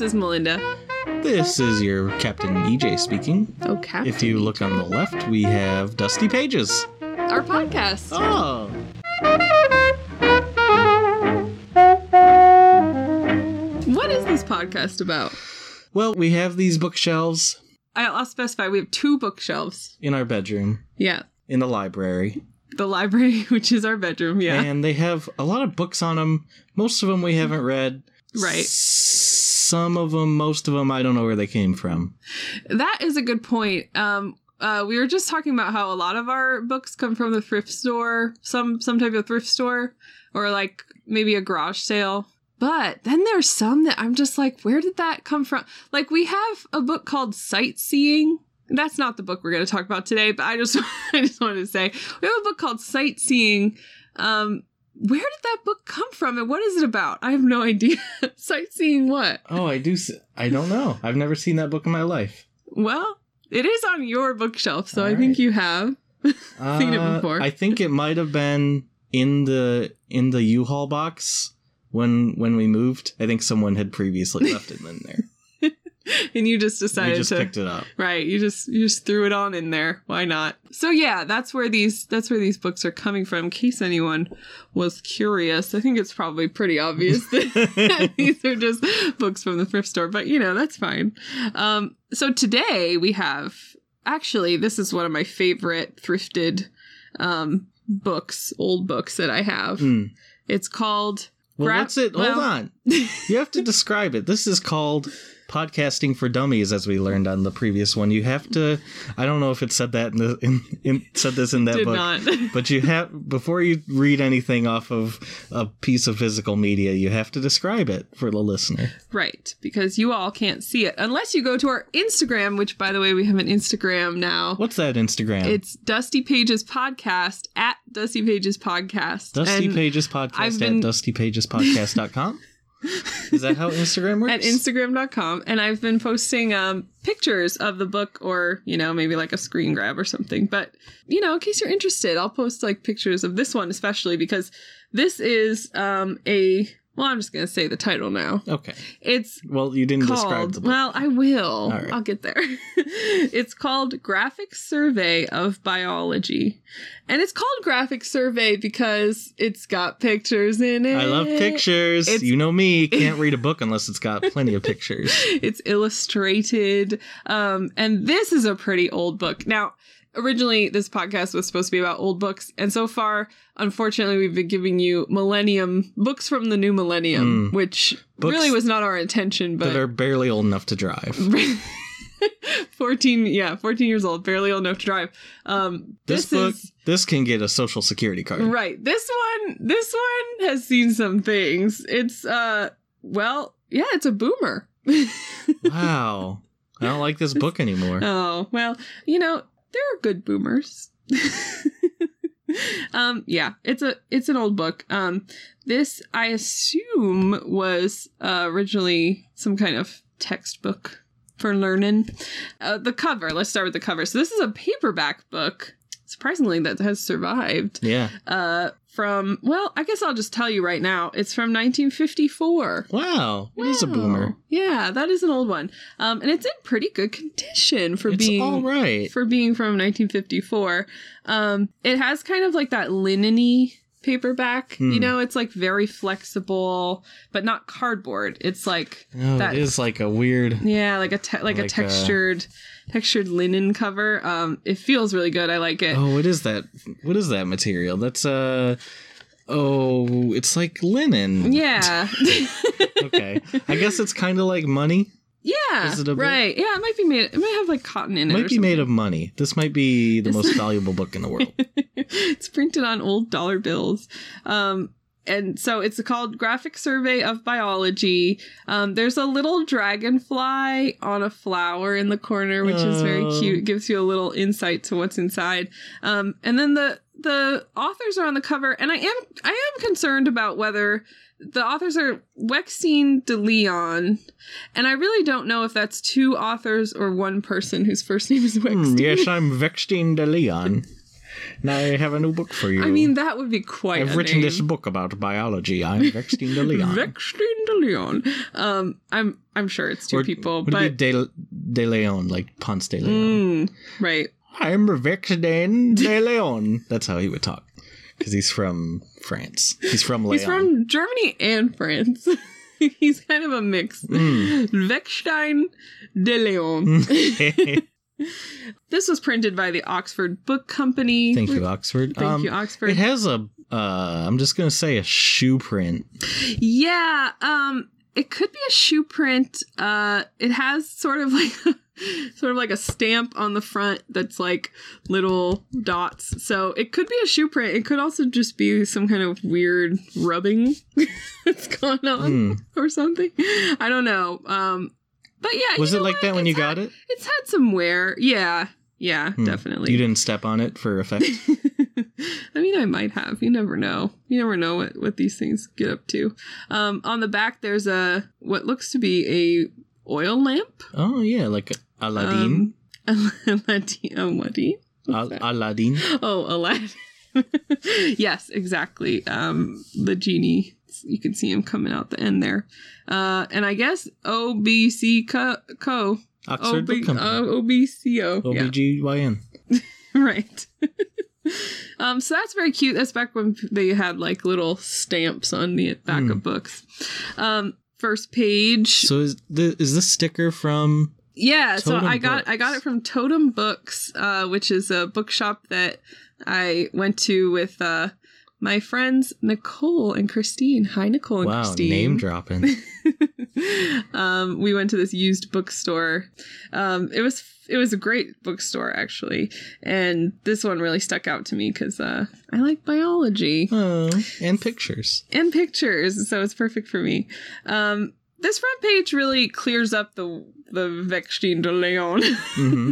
is Melinda. This is your Captain EJ speaking. Oh, Captain. If you look on the left, we have Dusty Pages. Our podcast. Oh. What is this podcast about? Well, we have these bookshelves I- I'll specify we have two bookshelves. in our bedroom, Yeah. in the library, The library, which is our bedroom. Yeah. and they have a lot of books on them. Most of them we haven't read. Right. S- Some of them, most of them, I don't know where they came from. That is a good point. Um, uh, we were just talking about how a lot of our books come from the thrift store, some some type of thrift store, or like maybe a garage sale. But then there's some that I'm just like, where did that come from? Like we have a book called Sightseeing. That's not the book we're going to talk about today, but I just I just wanted to say we have a book called Sightseeing. Um, where did that book come from, and what is it about? I have no idea. Sightseeing what? Oh, I do. s- I don't know. I've never seen that book in my life. Well, it is on your bookshelf, so All I think right. you have. Seen it before. Uh, I think it might have been in the in the U-Haul box when when we moved. I think someone had previously left it in there. And you just we decided just to picked it up. Right, you just you just threw it on in there. Why not? So yeah, that's where these that's where these books are coming from in case anyone was curious. I think it's probably pretty obvious that these are just books from the thrift store, but you know, that's fine. Um so today we have actually this is one of my favorite thrifted um books, old books that I have. Mm. It's called Well, Grab- what's it? well- Hold on. You have to describe it. This is called podcasting for dummies, as we learned on the previous one. You have to. I don't know if it said that in the in, in said this in that did book. not But you have before you read anything off of a piece of physical media, you have to describe it for the listener. Right, because you all can't see it unless you go to our Instagram, which, by the way, we have an Instagram now. What's that Instagram? It's Dusty Pages Podcast at Dusty Pages Podcast. Dusty and Pages Podcast I've been- at dustypagespodcast.com. Is that how Instagram works? At Instagram.com. And I've been posting um, pictures of the book or, you know, maybe like a screen grab or something. But, you know, in case you're interested, I'll post like pictures of this one, especially because this is um, a. Well, I'm just going to say the title now. okay. It's Well, you didn't describe called the book. well i will All right. i'll get there it's called graphic survey of biology and it's called graphic survey because it's got pictures in it I love pictures. It's- You know me. Can't read a book unless it's got plenty of pictures. it's illustrated um and this is a pretty old book now originally this podcast was supposed to be about old books and so far unfortunately we've been giving you millennium books from the new millennium Mm. which Books really was not our intention but that are barely old enough to drive. 14 yeah 14 years old barely old enough to drive um This, this, book, is this can get a social security card. right this one this one has seen some things it's uh well yeah it's a boomer Wow. I don't like this book anymore. oh well you know there are good boomers um yeah it's a it's an old book um this i assume was uh, originally some kind of textbook for learning uh, the cover let's start with the cover so this is a paperback book surprisingly that has survived yeah. uh from well i guess i'll just tell you right now it's from 1954 Wow. It is a boomer. Wow. yeah that is an old one um and it's in pretty good condition for it's being all right. for being from 1954. Um, it has kind of like that linen-y paperback. You Hmm. know, it's like very flexible, but not cardboard. It's like Oh, that- it is like a weird. yeah, like a te- like, a Like a- textured textured linen cover. Um, it feels really good. I like it. Oh, what is that? What is that material? That's uh oh, it's like linen. Yeah, okay. I guess it's kind of like money. yeah, Is it a bit- right. Yeah, it might be made. It might have like cotton in It it. might or be made of money. This might be the Is- most valuable book in the world. it's printed on old dollar bills. Um, and so it's called Graphic Survey of Biology. Um, there's a little dragonfly on a flower in the corner, which is very Oh. cute. It gives you a little insight to what's inside. Um, and then the the authors are on the cover, and I am I am concerned about whether the authors are Wexine de Leon, and I really don't know if that's two authors or one person whose first name is Hmm, Wexine. yes, I'm Vextine de Leon. Now I have a new book for you. I mean, that would be quite. I've a written name. this book about biology. I'm Vextine de Leon. Vextine de Leon. Um, I'm I'm sure it's two Or people, Would but it be de, de Leon, like Ponce de Leon? mm, right. I'm Vextine de Leon. That's how he would talk. Because he's from France. He's from Leon. He's from Germany and France. He's kind of a mix. Mm. Vechstein de Leon. this was printed by the Oxford Book Company. Thank you, Oxford. Thank Um, you, It Oxford. has a, uh, I'm just going to say a shoe print. yeah, um, it could be a shoe print. Uh, it has sort of like. Sort of like a stamp on the front that's like little dots. So it could be a shoe print. It could also just be some kind of weird rubbing that's going on. Mm. or something. I don't know. Um, but yeah, Was you it know like what? that when It's you got had- it? It's had some wear. Yeah, yeah, Hmm. definitely. You didn't step on it for effect. I mean, I might have. You never know. You never know what what these things get up to. Um, on the back, there's a what looks to be a oil lamp. Oh yeah, like Aladdin. Um, Aladdin. Oh, Aladdin. Al- Aladdin. Oh, Aladdin. yes, exactly. Um, the genie. You can see him coming out the end there. Uh, and I guess OBC Co. co Oxford Book OB- Company. uh, OBCO. Yeah, OBGYN. right. um, so that's very cute. That's back when they had like little stamps on the back Hmm. of books. Um, first page. So is this, is this sticker from yeah, so Totem I got I got Books. it from Totem Books, uh, which is a bookshop that I went to with uh, my friends Nicole and Christine. Hi, Nicole and Wow, Christine. name dropping. um, we went to this used bookstore. Um, it was it was a great bookstore actually, and this one really stuck out to me because uh, I like biology oh, and pictures. and pictures, so it's perfect for me. Um, this front page really clears up the the Vextine de Leon hmm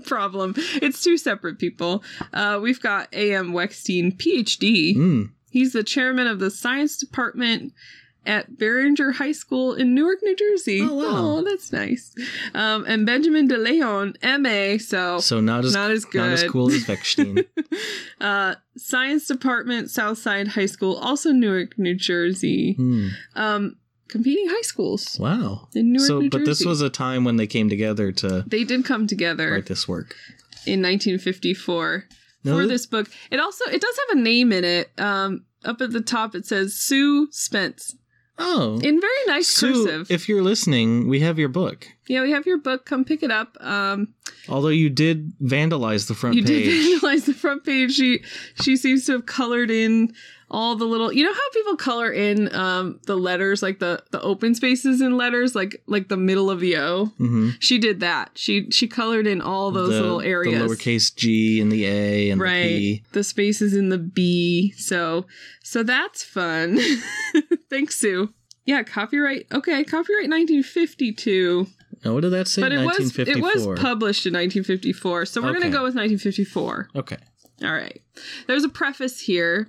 problem. It's two separate people. Uh, we've got A.M. Wexstein, PhD. Mm. He's the chairman of the science department at Barringer High School in Newark, New Jersey. Oh, wow. Aw, that's nice. Um, and Benjamin De Leon, MA, so, So not as Oh, not, not as good. as cool as Vexstein. uh, science department, Southside High School, also Newark, New Jersey. Mm. Um, competing high schools Wow. in Newark, so, New but this Jersey. was a time when they came together to they did come together write this work. in 1954. No, for th- this book. It also it does have a name in it. Um, up at the top it says Sue Spence oh, in very nice Sue, cursive. if you're listening, we have your book. yeah, we have your book. Come pick it up. Um, Although you did vandalize the front you page. did vandalize the front page. She she seems to have colored in all the little. You know how people color in um the letters like the the open spaces in letters like like the middle of the O. hmm She did that. She she colored in all those the, little areas. The lowercase g and the a and right the p. the spaces in the b so so that's fun thanks sue yeah copyright okay copyright 1952 Now, what did that say? but it was it 1954. was published in 1954 so we're Okay. gonna go with 1954 okay. all right there's a preface here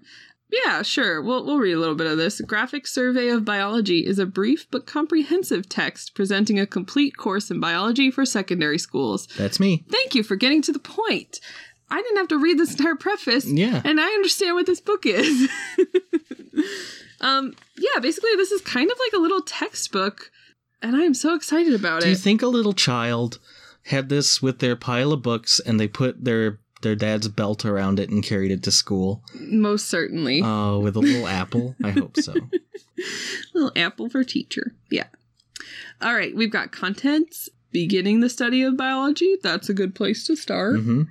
yeah, sure. We'll, we'll read a little bit of this. Graphic Survey of Biology is a brief but comprehensive text presenting a complete course in biology for secondary schools. That's me. Thank you for getting to the point. I didn't have to read this entire preface Yeah. and I understand what this book is. um, yeah, basically, this is kind of like a little textbook, and I am so excited about Do you it. think a little child had this with their pile of books and they put their their dad's belt around it and carried it to school Most certainly, uh, with a little apple? I hope so. little apple for teacher. Yeah. All right, we've got contents. Beginning the study of biology. That's a good place to start. hmm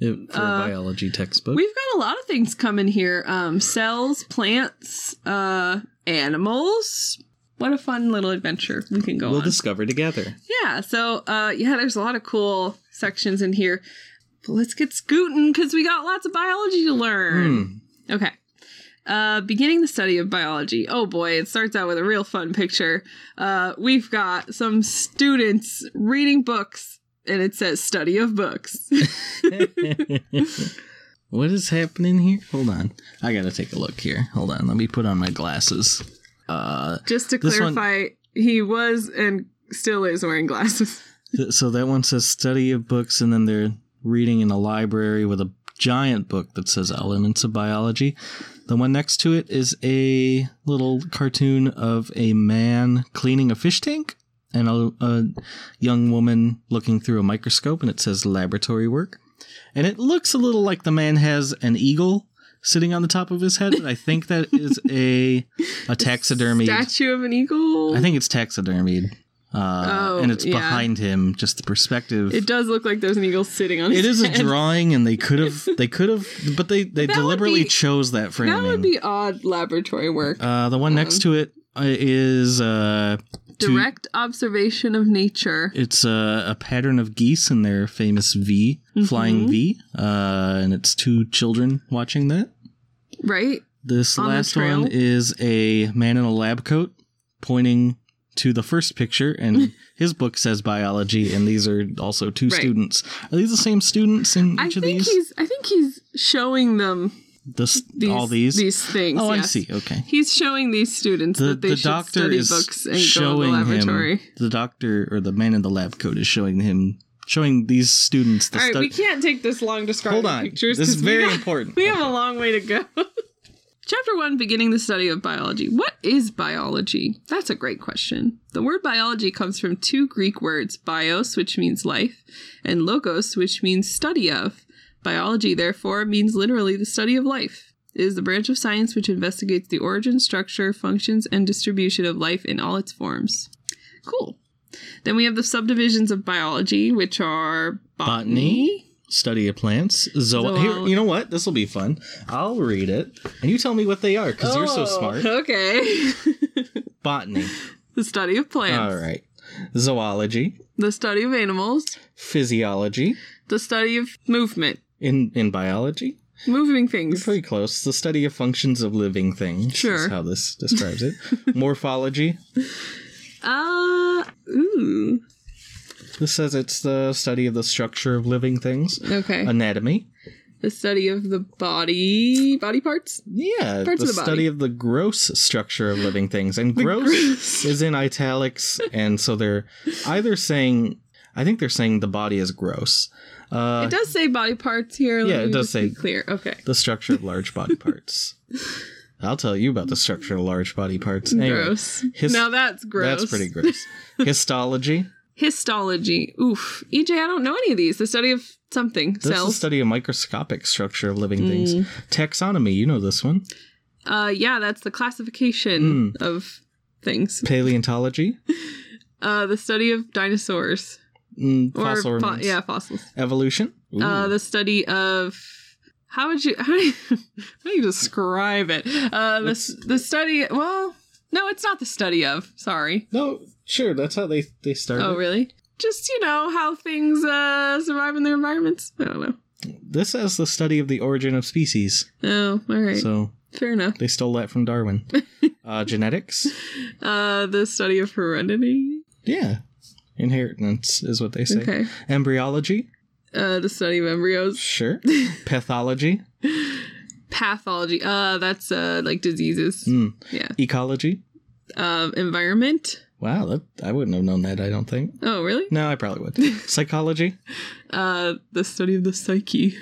It, for Uh, a biology textbook. We've got a lot of things coming here: um, cells, plants, uh, animals. What a fun little adventure we can go we'll on. discover together. Yeah. So, uh, yeah, there's a lot of cool sections in here. But let's get scooting because we got lots of biology to learn. Mm. Okay. Uh, beginning the study of biology. Oh boy, it starts out with a real fun picture. Uh, we've got some students reading books, and it says study of books. what is happening here? Hold on. I gotta take a look here. Hold on. Let me put on my glasses. Uh, Just to This one- clarify, he was and still is wearing glasses. th- so that one says study of books, and then they're reading in a library with a giant book that says Elements of Biology. The one next to it is a little cartoon of a man cleaning a fish tank and a, a young woman looking through a microscope, and it says laboratory work. And it looks a little like the man has an eagle sitting on the top of his head, but I think that is a a taxidermy. Statue of an eagle. I think it's taxidermied. Uh, Oh, and it's yeah. behind him, just the perspective. it does look like there's an eagle sitting on It his is a head. drawing, and they could have, they could have, but they they That would deliberately be- chose that framing. That would be odd laboratory work. uh, the one next to it uh, is uh, to- Direct observation of nature. it's uh, a, a pattern of geese and their famous V, flying Mhm. V, uh, and it's two children watching that. Right? This On the last trail. one is a man in a lab coat pointing to the first picture, and his book says biology, and these are also two Right. students. Are these the same students in I each of think these? he's I think he's showing them This, these all these? these things. oh, I yes. see. Okay. He's showing these students The, that they the should doctor study is books and go to showing the laboratory. him. The doctor or the man in the lab coat is showing him, showing these students the All right, stu- we can't take this long describing Hold on. pictures. this is 'cause we very got- important. We have a long way to go. Chapter 1 Beginning the Study of Biology. What is biology? That's a great question. The word biology comes from two Greek words, bios, which means life, and logos, which means study of. Biology, therefore, means literally the study of life. It is the branch of science which investigates the origin, structure, functions, and distribution of life in all its forms. Cool. Then we have the subdivisions of biology, which are Botany. study of plants. Zo- Zool- here, you know what? This will be fun. I'll read it, and you tell me what they are because you're so Oh, smart. Okay. Botany. the study of plants. All right. Zoology, The study of animals. physiology The study of movement. in in biology. Moving You're things. pretty close. The study of functions of living things. Sure. Is how this describes it. Morphology. Uh ooh. This says it's the study of the structure of living things. Okay. Anatomy. the study of the body body parts. Yeah, Parts the, of the body. study of the gross structure of living things. And gross, gross. is in italics, and so they're either saying, I think they're saying the body is gross. Uh, it does say body parts here. let yeah, it me does just be say- clear. Okay. The structure of large body parts. I'll tell you about the structure of large body parts. Anyway, gross. his- now that's gross. That's pretty gross. Histology. Histology. Oof. EJ, I don't know any of these. The study of something. This is the cells. study of microscopic structure of living things. Mm. Taxonomy, you know this one. uh yeah, that's the classification Hmm. of things. Paleontology. Uh the study of dinosaurs. Mm, or fossil fo- remains. yeah fossils Evolution. uh Ooh. the study of how would you how do you, how do you describe it uh the, s- the study well no it's not the study of sorry no, sure. That's how they they started. oh really just you know how things uh survive in their environments i don't know This is the study of the origin of species. oh all right So fair enough They stole that from Darwin. uh, genetics, uh the study of heredity yeah, inheritance is what they say. okay Embryology, uh the study of embryos sure. Pathology, pathology uh that's uh like diseases Mm. yeah ecology. um environment Wow, that, I wouldn't have known that. I don't think. oh really No, I probably would. Psychology, uh the study of the psyche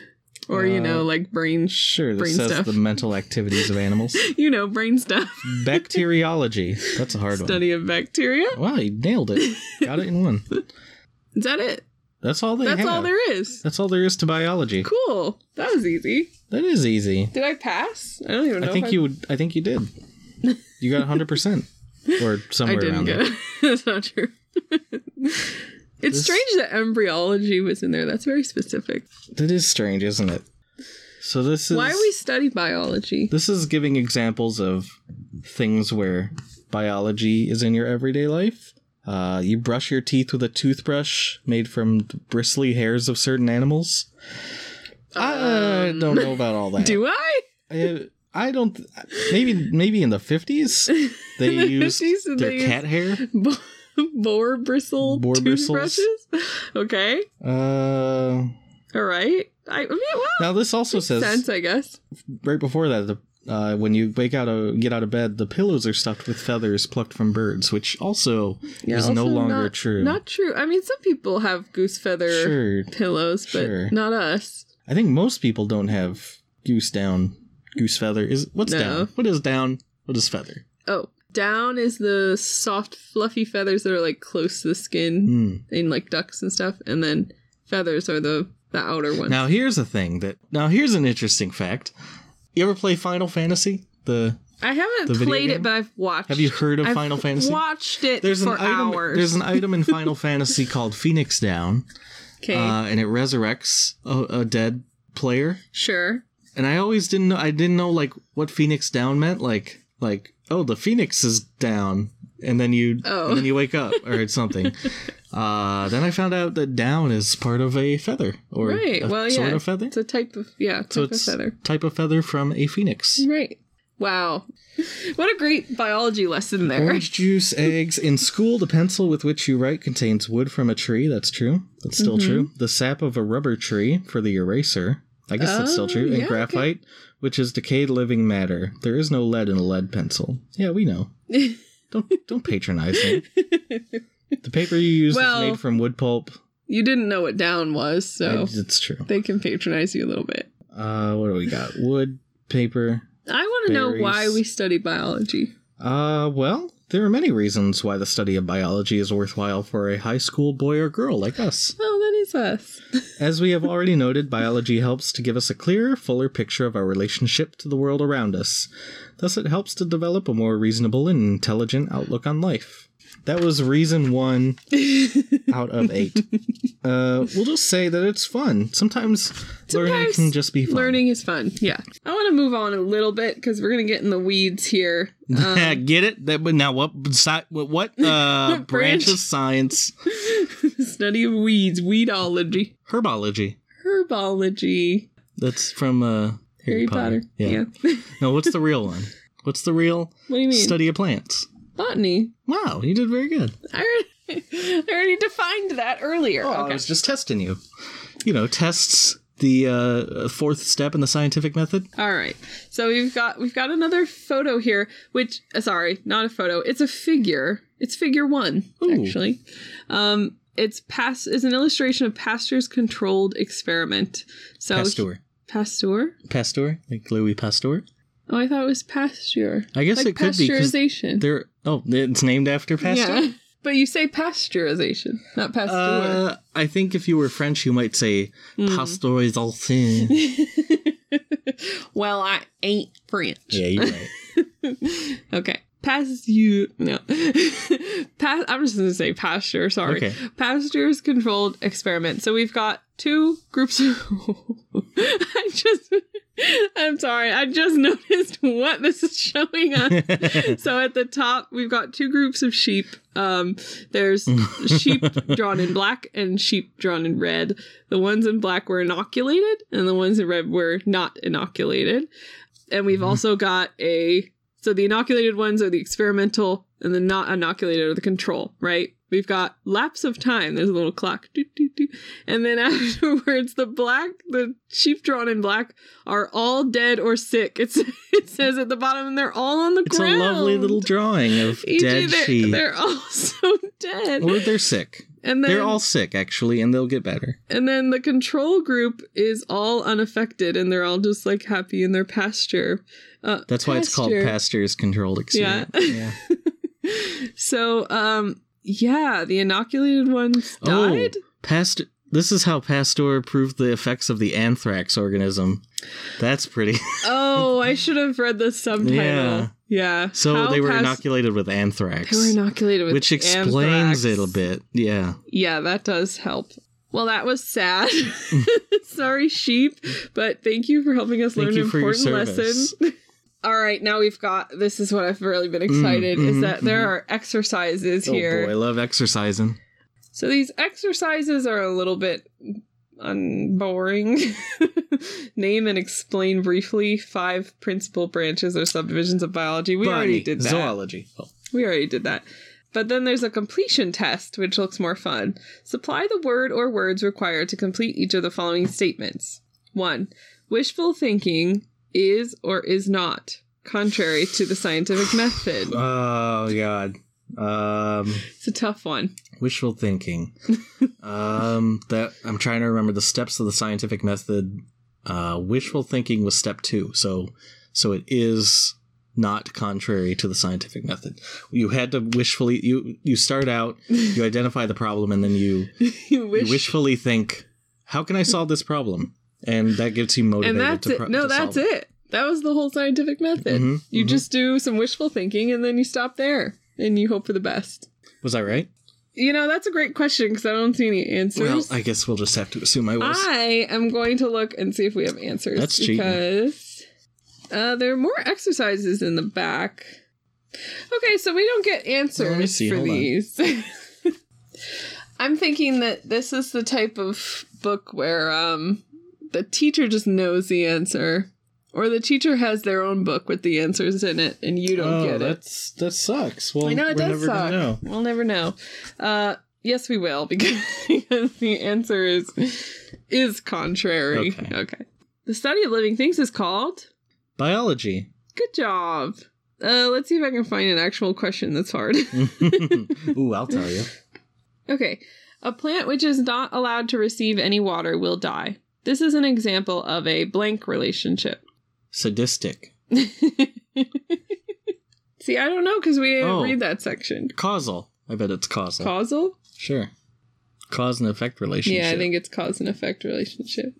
or you know Uh, like brain sh- sure. This Brain says stuff. the mental activities of animals. you know brain stuff Bacteriology, that's a hard study of bacteria one. Wow, you nailed it. Got it in one. is that it That's all they that's have. all there is That's all there is to biology. cool that was easy That is easy. did i pass i don't even know I if think you would. I think you did. You got hundred percent, or i somewhere didn't around get there. it that's not true it's This- strange that embryology was in there that's very specific That is strange, isn't it? So this is why we study biology this is giving examples of things where biology is in your everyday life. Uh, you brush your teeth with a toothbrush made from the bristly hairs of certain animals. I uh, Um, don't know about all that. do i I, I don't. Maybe maybe in the fifties they In the used 50s, did their they use- cat hair. Bo- boar bristle Boar bristles. toothbrushes okay Uh, all right i, I mean well now this also says sense i guess right before that, the, uh, when you wake out of get out of bed, the pillows are stuffed with feathers plucked from birds, which also Yeah, is no also longer not- true. Not true. I mean, some people have goose feather sure. pillows, but Sure. not us. I think most people don't have goose down, goose feather. Is what's No. down? What is down? What is feather? Oh, down is the soft, fluffy feathers that are like close to the skin Hmm. in like ducks and stuff, and then feathers are the the outer ones. Now here's a thing that now here's an interesting fact. You ever play Final Fantasy? The I the haven't video played it, game? but I've watched. have you heard of I've Final Fantasy? Watched it There's an for item. hours. There's an item in Final Fantasy called Phoenix Down, okay, uh, and it resurrects a, a dead player. sure. And I always didn't know. I didn't know like what Phoenix Down meant. Like like oh the phoenix is down, and then you Oh. and then you wake up or something. uh, then I found out that down is part of a feather or Right. a well, yeah. sort of feather. It's a type of yeah, type So of it's feather. type of feather from a phoenix. Right. Wow. What a great biology lesson there. Orange juice, eggs. In school, the pencil with which you write contains wood from a tree. That's true. That's still Mm-hmm. true. The sap of a rubber tree for the eraser. I guess that's Oh, still true. And yeah, okay. graphite, which is decayed living matter. There is no lead in a lead pencil. Yeah, we know. Don't don't patronize me. The paper you use Well, is made from wood pulp. you didn't know what down was, so It's it's true. they can patronize you a little bit. Uh, what do we got? Wood, paper. I want to know Berries. why we study biology. Uh, well, there are many reasons why the study of biology is worthwhile for a high school boy or girl like us. Oh, that is us. As we have already noted, biology helps to give us a clearer, fuller picture of our relationship to the world around us. Thus, it helps to develop a more reasonable and intelligent outlook on life. That was reason one out of eight. Uh, we'll just say that it's fun. Sometimes, learning Sometimes can just be fun. Learning is fun. Yeah. I want to move on a little bit because we're going to get in the weeds here. Um, Get it? That, but now, what si- what, what uh, Branch. branch of science? study of weeds, weedology, Herbology. herbology, That's from uh, Harry, Potter. Yeah. No, what's the real one? What's the real what do you mean? study of plants? Botany. Wow, you did very good. I already, I already defined that earlier. Oh, I okay. was just testing you. You know, tests the uh, fourth step in the scientific method. All right. So we've got we've got another photo here, which uh, sorry, not a photo. It's a figure. It's figure one Ooh. actually. Um, it's past is an illustration of Pasteur's controlled experiment. So Pasteur. Pasteur. Pasteur, like Louis Pasteur. Oh, I thought it was Pasteur. I guess Like it could be because pasteurization. they're. Oh, it's named after Pasteur. Yeah. But you say pasteurization, not Pasteur. Hmm. Uh, I think if you were French, you might say pasteurisation. well, I ain't French. yeah, you're right. okay. Pass you no. Pass, I'm just gonna say pasture. Sorry, Okay. pasture's controlled experiment. So we've got two groups. Of, I just, I'm sorry. I just noticed what this is showing us. so at the top, we've got two groups of sheep. Um, there's sheep drawn in black and sheep drawn in red. The ones in black were inoculated, and the ones in red were not inoculated. And we've Mm-hmm. also got a so the inoculated ones are the experimental, and the not inoculated are the control, right? We've got lapse of time. There's a little clock. Doot, doot, doot. And then afterwards, the black, the sheep drawn in black, are all dead or sick. It's, it says at the bottom, and they're all on the It's ground. a lovely little drawing of Each dead of their- sheep. They're all so dead. Or they're sick. and then, They're all sick, actually, and they'll get better. and then the control group is all unaffected, and they're all just like happy in their pasture. Uh, That's why it's called pasture. Pasteur's controlled experiment. yeah. So, um, yeah, the inoculated ones Oh. died. Past this is how Pasteur proved the effects of the anthrax organism. That's pretty. Oh, I should have read the subtitle. Yeah. Yeah. So How they were past- inoculated with anthrax, They were inoculated with which anthrax. explains it a bit. Yeah. Yeah, that does help. Well, that was sad. Sorry, sheep, but thank you for helping us Mm. Thank learn an you for your important service. lesson. All right, now we've got this is what I've really been excited is mhm, that there mhm. are exercises here. Oh boy, I love exercising. So these exercises are a little bit unboring. Name and explain briefly five principal branches or subdivisions of biology. We already Botany, did that. Zoology. Oh. We already did that. But then there's a completion test, which looks more fun. Supply the word or words required to complete each of the following statements. One, wishful thinking is or is not contrary to the scientific method. Oh, god. Um, It's a tough one. wishful thinking. um, that I'm trying to remember the steps of the scientific method Uh, wishful thinking was step two, so so it is not contrary to the scientific method. You had to wishfully you you start out, you identify the problem, and then you, you you wish. wishfully think, how can I solve this problem? And that gets you and motivated. that's to it. pro- No, to that's solve it. That was the whole scientific method. Mhm, you mhm. just do some wishful thinking and then you stop there and you hope for the best. Was I right? You know, that's a great question because I don't see any Well, answers. I guess we'll just have to assume I was. I am going to look and see if we have answers. That's cheating. because uh, there are more exercises in the back. Okay, so we don't get answers Let me see, for hold on. these. I'm thinking that this is the type of book where um, the teacher just knows the answer, or the teacher has their own book with the answers in it, and you don't get it. Oh, that's that sucks. Well, I know it we're does never gonna suck. know. We'll never know. Uh, yes, we will because, because the answer is is contrary. Okay. The study of living things is called. Biology. Good job. Uh, let's see if I can find an actual question that's hard. Ooh, I'll tell you. okay, a plant which is not allowed to receive any water will die. This is an example of a blank relationship. Sadistic. See, I don't know because we didn't Oh. read that section. Causal. I bet it's causal. Causal. sure. Cause and effect relationship. Yeah, I think it's cause and effect relationship.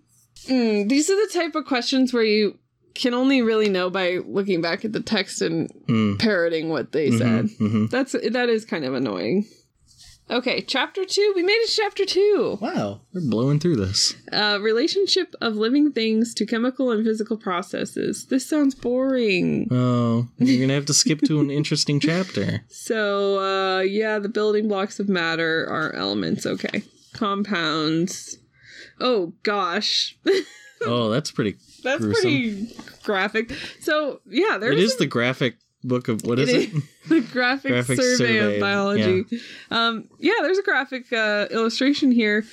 Mm, these are the type of questions where you can only really know by looking back at the text and Mm. parroting what they Mhm, said. mhm. That's that is kind of annoying. Okay, chapter two. We made it to chapter two. Wow, we're blowing through this. Uh, relationship of living things to chemical and physical processes. This sounds boring. Oh, you're gonna have to skip to an interesting chapter. So uh, yeah, the building blocks of matter are elements. Okay, compounds. Oh gosh, Oh, that's pretty. That's gruesome. pretty graphic. So yeah, there It is is the graphic book of what It is it? is. the graphic, graphic survey, survey, of biology. Um, yeah, there's a graphic uh, illustration here.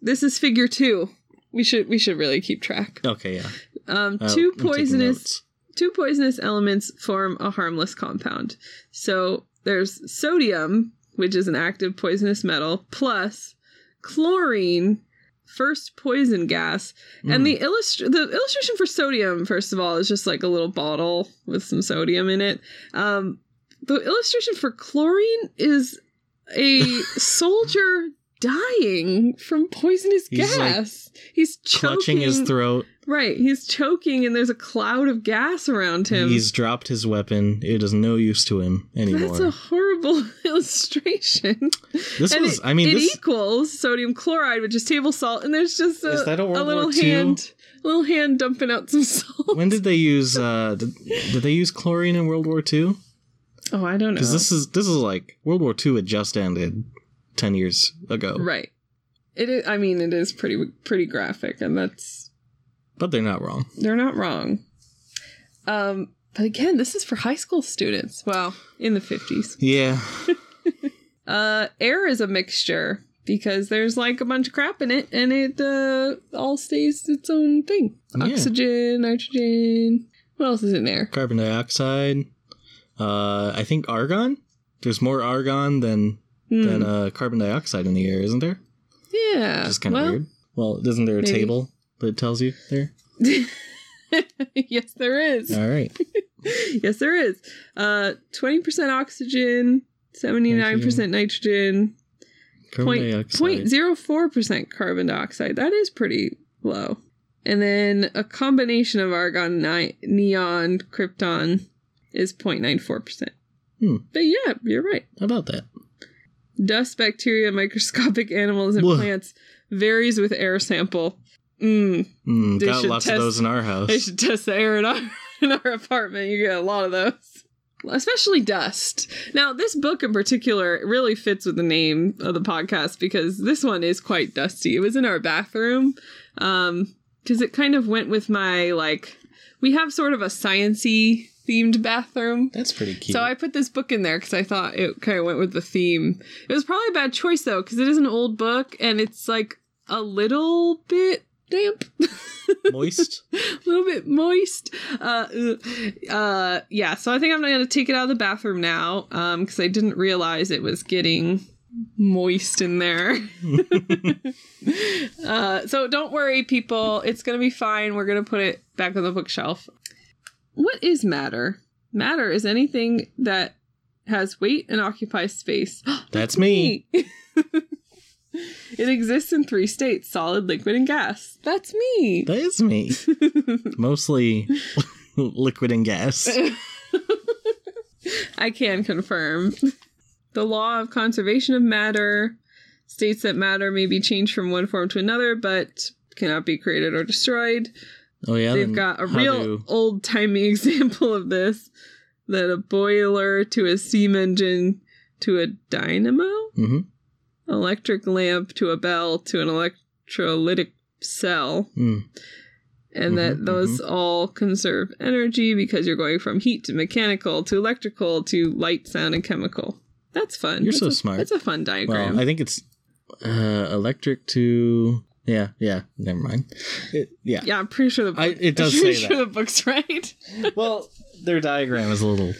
This is figure two. We should we should really keep track. Okay, yeah. Um, Oh, two I'm taking poisonous notes. two poisonous elements form a harmless compound. So there's sodium, which is an active poisonous metal, plus chlorine, first poison gas. Mm. And the illust- the illustration for sodium, first of all, is just like a little bottle with some sodium in it. Um, the illustration for chlorine is a soldier dying from poisonous He's, like, gas. he's choking clutching his throat. Right, he's choking, and there's a cloud of gas around him. He's dropped his weapon. It is no use to him anymore. That's a horrible illustration. this And was. it, I mean, it this equals sodium chloride, which is table salt, and there's just a, Is that a World a War little II? hand, a little hand dumping out some salt. when did they use uh did, did they use chlorine in world war ii oh, I don't know. because this is this is like world war ii had just ended 10 years ago right. It. Is, I mean, it is pretty pretty graphic, and that's but they're not wrong they're not wrong. Um, but again, this is for high school students. Well, in the fifties. yeah Uh, air is a mixture because there's like a bunch of crap in it, and it uh, all stays its own thing. Yeah. Oxygen, nitrogen. What else is in there? carbon dioxide uh i think argon there's more argon than Hmm. than uh carbon dioxide in the air isn't there yeah, Which is kind of well, weird well isn't there a maybe. table that tells you there yes, there is. all right Yes, there is. Uh, twenty percent oxygen, seventy nine percent nitrogen, carbon point dioxide point zero four percent carbon dioxide. That is pretty low. And then a combination of argon, ni- neon, krypton is 0.94 percent. Hmm. But yeah, you're right. how about that Dust, bacteria, microscopic animals, and Blah. plants varies with air sample. Mm, mm, They got should lots test- of those in our house I should test the air in our, in our apartment. You get a lot of those. Especially dust. Now, this book in particular really fits with the name of the podcast because this one is quite dusty. It was in our bathroom because it kind of went with my, like, we have sort of a sciencey themed bathroom. that's pretty cute So I put this book in there because I thought it kind of went with the theme. It was probably a bad choice though because it is an old book and it's like a little bit damp. moist a little bit moist. Uh, ugh. uh, um, yeah, so I think I'm going to take it out of the bathroom now because I didn't realize it was getting moist in there. uh, so don't worry, people. It's going to be fine. We're going to put it back on the bookshelf. What is matter? Matter is anything that has weight and occupies space. That's me. it exists in three states solid, liquid, and gas. That's me. That is me. Mostly liquid and gas. I can confirm. The law of conservation of matter states that matter may be changed from one form to another, but cannot be created or destroyed. Oh yeah, They've then got a how real do- old timey example of this that a boiler to a steam engine to a dynamo, Mhm. electric lamp to a bell to an electrolytic cell, Mm. and Mhm, that those all conserve energy because you're going from heat to mechanical to electrical to light, sound, and chemical. That's fun. You're That's so a- smart. That's a fun diagram. Well, I think it's uh, electric to yeah, yeah. Never mind. It, yeah. yeah, I'm pretty sure the I, it does I'm say pretty that. sure the book's right. well, their diagram is a little.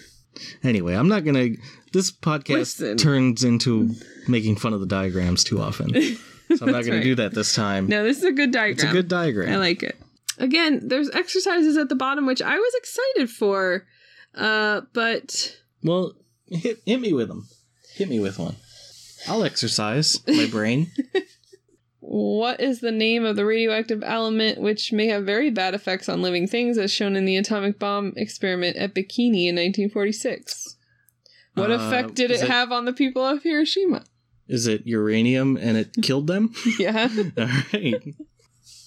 Anyway, I'm not gonna. This podcast Listen. turns into making fun of the diagrams too often, so I'm not That's gonna right. do that this time. No, this is a good diagram. it's a good diagram. I like it. Again, there's exercises at the bottom which I was excited for, uh, but well, hit hit me with them. Hit me with one. I'll exercise my brain. what is the name of the radioactive element which may have very bad effects on living things, as shown in the atomic bomb experiment at Bikini in 1946? What Uh, effect did is it, it- have on the people of Hiroshima? Is it uranium and it killed them? Yeah, All right.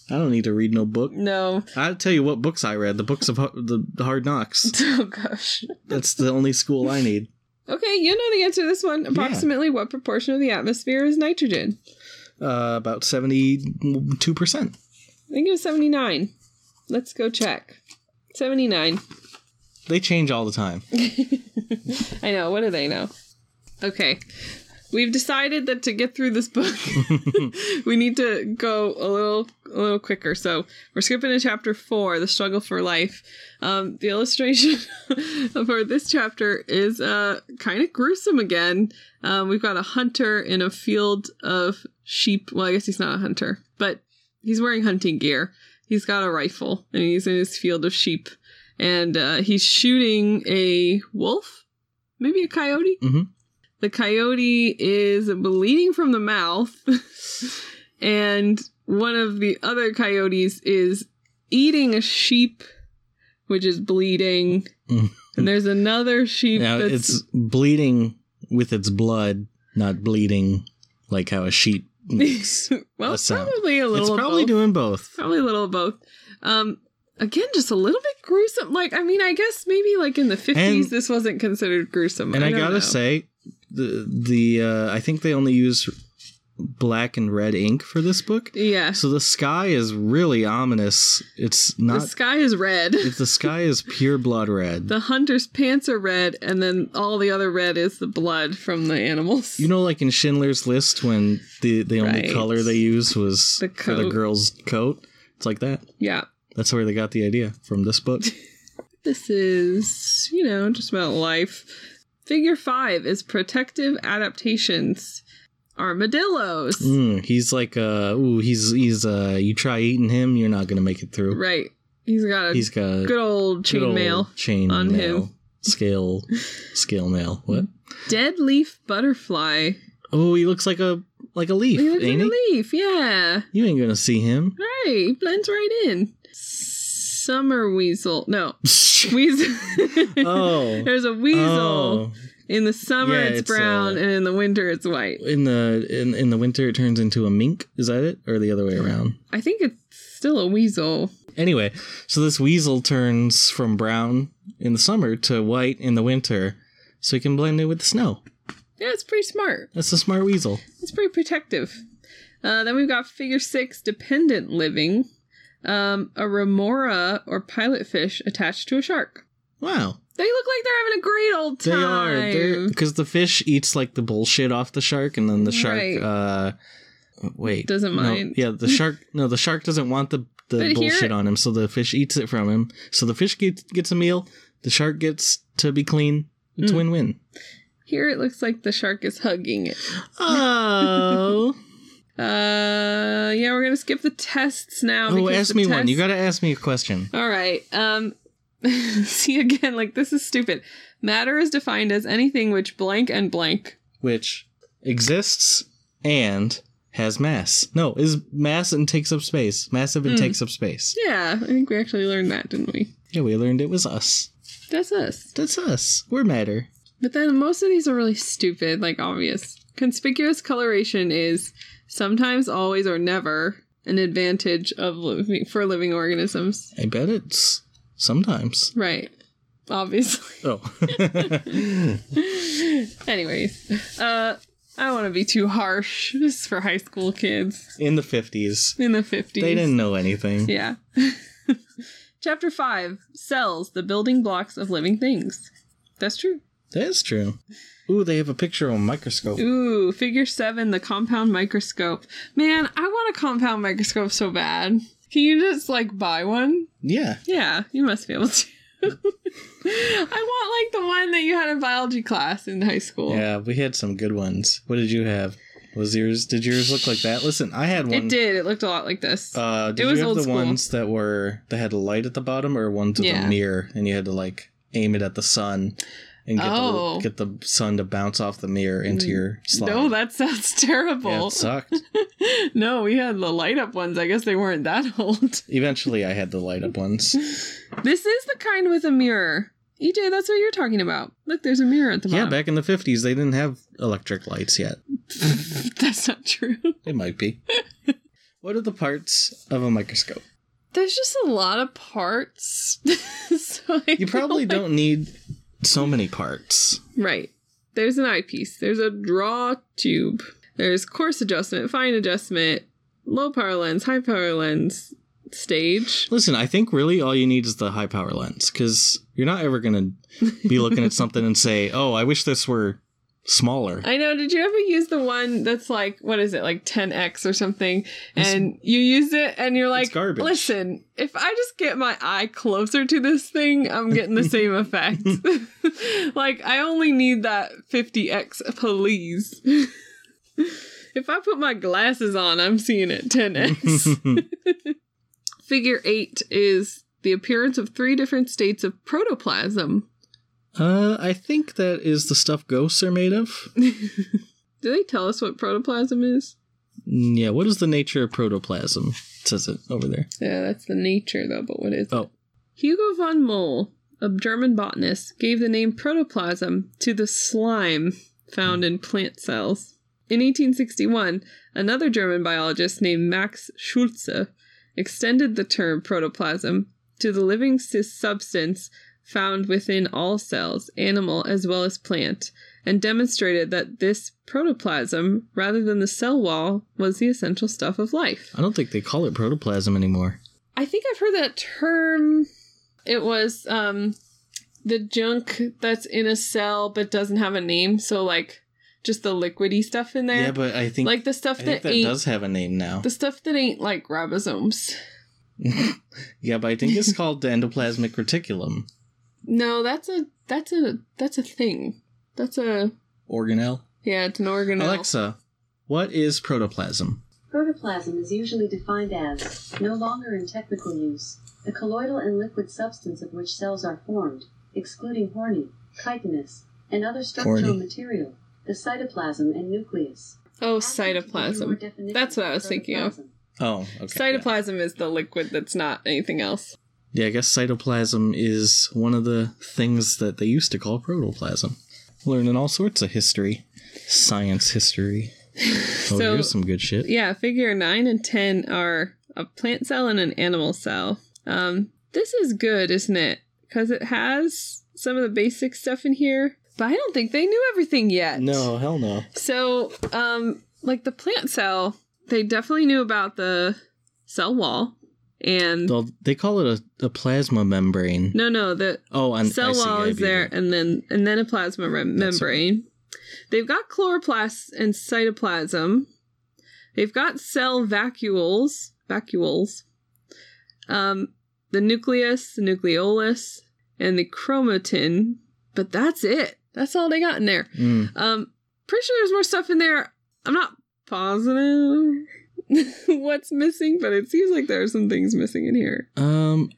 I don't need to read no book. no, I'll tell you what books I read. The books of Har- the the Hard Knocks. oh gosh. That's the only school I need. Okay, you know the answer to this one. Approximately what proportion of the atmosphere is nitrogen? Uh, about seventy two percent. I think it was 79. Let's go check. 79. They change all the time. I know. What do they know? Okay. We've decided that to get through this book, we need to go a little a little quicker. So we're skipping to chapter four, the struggle for life. Um, the illustration for this chapter is uh, kind of gruesome again. Um, we've got a hunter in a field of sheep. Well, I guess he's not a hunter, but he's wearing hunting gear. He's got a rifle and he's in his field of sheep, and uh, he's shooting a wolf, maybe a coyote. Mhm. The coyote is bleeding from the mouth, and one of the other coyotes is eating a sheep, which is bleeding. Mhm. And there's another sheep Now that's it's bleeding with its blood, not bleeding like how a sheep. Makes. well, a sound. probably a little. Hmm. it's of probably both. doing both. probably a little of both. Um, again, just a little bit gruesome. Like, I mean, I guess maybe like in the fifties, And- this wasn't considered gruesome. And I, don't gotta know. say, the the uh, I think they only use black and red ink for this book. yeah, So the sky is really ominous. It's the not. sky is red. If the sky is pure blood red. The hunter's pants are red, and then all the other red is the blood from the animals. You know, like in Schindler's List, when the the only Right. color they used was The for the coat. girl's coat. It's like that. yeah, That's where they got the idea from this book. this is you know just about life. Figure five is protective adaptations. Armadillos. Mm, he's like, uh, ooh, he's he's uh, you try eating him, you're not gonna make it through. Right. He's got a He's got a good old good old chainmail. chain on mail. him. scale, scale mail. What? Dead leaf butterfly. Oh, he looks like a like a leaf, He looks ain't like he? a leaf, yeah. You ain't gonna see him. Right, he blends right in. Summer weasel. No, weasel. oh, There's a weasel. Oh. In the summer, Yeah, it's, it's, brown, uh, and in the winter, it's white. in the in, in the winter it turns into a mink is that it or the other way around I think it's still a weasel. anyway so this weasel turns from brown in the summer to white in the winter so he can blend in with the snow Yeah, it's pretty smart. that's a smart weasel It's pretty protective. Uh, then we've got figure six, dependent living. Um, a remora or pilot fish attached to a shark. wow They look like they're having a great old they are time. they're because the fish eats like the bullshit off the shark and then the shark Right. uh wait Doesn't no, mind. yeah the shark no the shark doesn't want the But the here- bullshit on him so the fish eats it from him so the fish gets gets a meal the shark gets to be clean it's Mm. win-win Here it looks like the shark is hugging it. Oh. Uh, yeah, we're gonna skip the tests now. oh, because ask the me one. tests- You got to ask me a question. All right. Um, see again. Like this is stupid. Matter is defined as anything which blank and blank. Which exists and has mass. No, is mass and takes up space. Massive and Mm. takes up space. Yeah, I think we actually learned that, didn't we? Yeah, we learned it was us. That's us. That's us. We're matter. But then most of these are really stupid, like obvious. Conspicuous coloration is sometimes, always, or never an advantage of living, for living organisms. I bet it's sometimes. Right. Obviously. Oh. Anyways, uh, I don't want to be too harsh. This is for high school kids In the 50s. in the 50s. They didn't know anything. Yeah. Chapter 5 Cells, the building blocks of living things. That's true. That is true. Ooh, they have a picture of a microscope. Ooh, figure 7, the compound microscope. Man, I want a compound microscope so bad. Can you just like buy one? Yeah. Yeah, you must be able to. I want like the one that you had in biology class in high school. Yeah, we had some good ones. What did you have? Was yours did yours look like that? Listen, I had one. It did. It looked a lot like this. Uh, did It was you have old the school. ones that were that had a light at the bottom, or ones with Yeah. a mirror, and you had to like aim it at the sun and get, Oh. the, get the sun to bounce off the mirror into Mm. your slide? No, that sounds terrible. yeah, it sucked. no, we had the light up ones. I guess they weren't that old. Eventually, I had the light up ones. This is the kind with a mirror. EJ, that's what you're talking about. Look, there's a mirror at the yeah, bottom. back in the fifties, they didn't have electric lights yet. that's not true. They might be. what are the parts of a microscope? There's just a lot of parts. so I You Oh probably don't need so many parts. Right. There's an eyepiece. There's a draw tube. There's coarse adjustment, fine adjustment, low power lens, high power lens, stage. Listen, I think really all you need is the high power lens because you're not ever going to be looking at something and say, oh, I wish this were smaller. I know. Did you ever use the one that's like, what is it, like 10x or something? It's- And you used it and you're like, garbage. listen, if I just get my eye closer to this thing, I'm getting the same effect. like, I only need that 50x, please. if I put my glasses on, I'm seeing it 10x. Figure eight is the appearance of three different states of protoplasm. uh, I think that is the stuff ghosts are made of. Do they tell us what protoplasm is? Mm, Yeah, what is the nature of protoplasm? It says it over there. Yeah, that's the nature though, but what is it? Oh, Hugo von Moll, a German botanist, gave the name protoplasm to the slime found in plant cells. In 1861, another German biologist named Max Schulze extended the term protoplasm to the living s- substance found within all cells, animal as well as plant, and demonstrated that this protoplasm, rather than the cell wall, was the essential stuff of life. I don't think they call it protoplasm anymore. I think I've heard that term. It was um the junk that's in a cell but doesn't have a name, so like just the liquidy stuff in there. Yeah, but I think, Eh, like the stuff I that, think that ain't does have a name now. the stuff that ain't like ribosomes. yeah, but I think it's called the endoplasmic reticulum. No, that's a that's a that's a thing. That's a Organelle. yeah, it's an organelle. Alexa, what is protoplasm? Protoplasm is usually defined as, no longer in technical use, the colloidal and liquid substance of which cells are formed, excluding horny, chitinous, and other structural Horny. material, the cytoplasm and nucleus. Oh, Asking to give your cytoplasm. definition That's what I was thinking of. protoplasm. Oh, okay. yeah. cytoplasm is the liquid that's not anything else. Yeah, I guess cytoplasm is one of the things that they used to call protoplasm. Learning all sorts of history, science history. Oh, So- here's some good shit. Yeah, figure nine and ten are a plant cell and an animal cell. Um, this is good, isn't it? Because it has some of the basic stuff in here, but I don't think they knew everything yet. No, hell no. So, um, like the plant cell, they definitely knew about the cell wall, and Well, they call it a, a plasma membrane. no, no, the Oh, and I cell see, wall I is see. there, and then and then a plasma rem- That's right. membrane. They've got chloroplasts and cytoplasm. They've got cell vacuoles, vacuoles, um, the nucleus, the nucleolus, and the chromatin. But that's it. That's all they got in there. Mm. Um, pretty sure there's more stuff in there. I'm not positive what's missing, but it seems like there are some things missing in here. Um,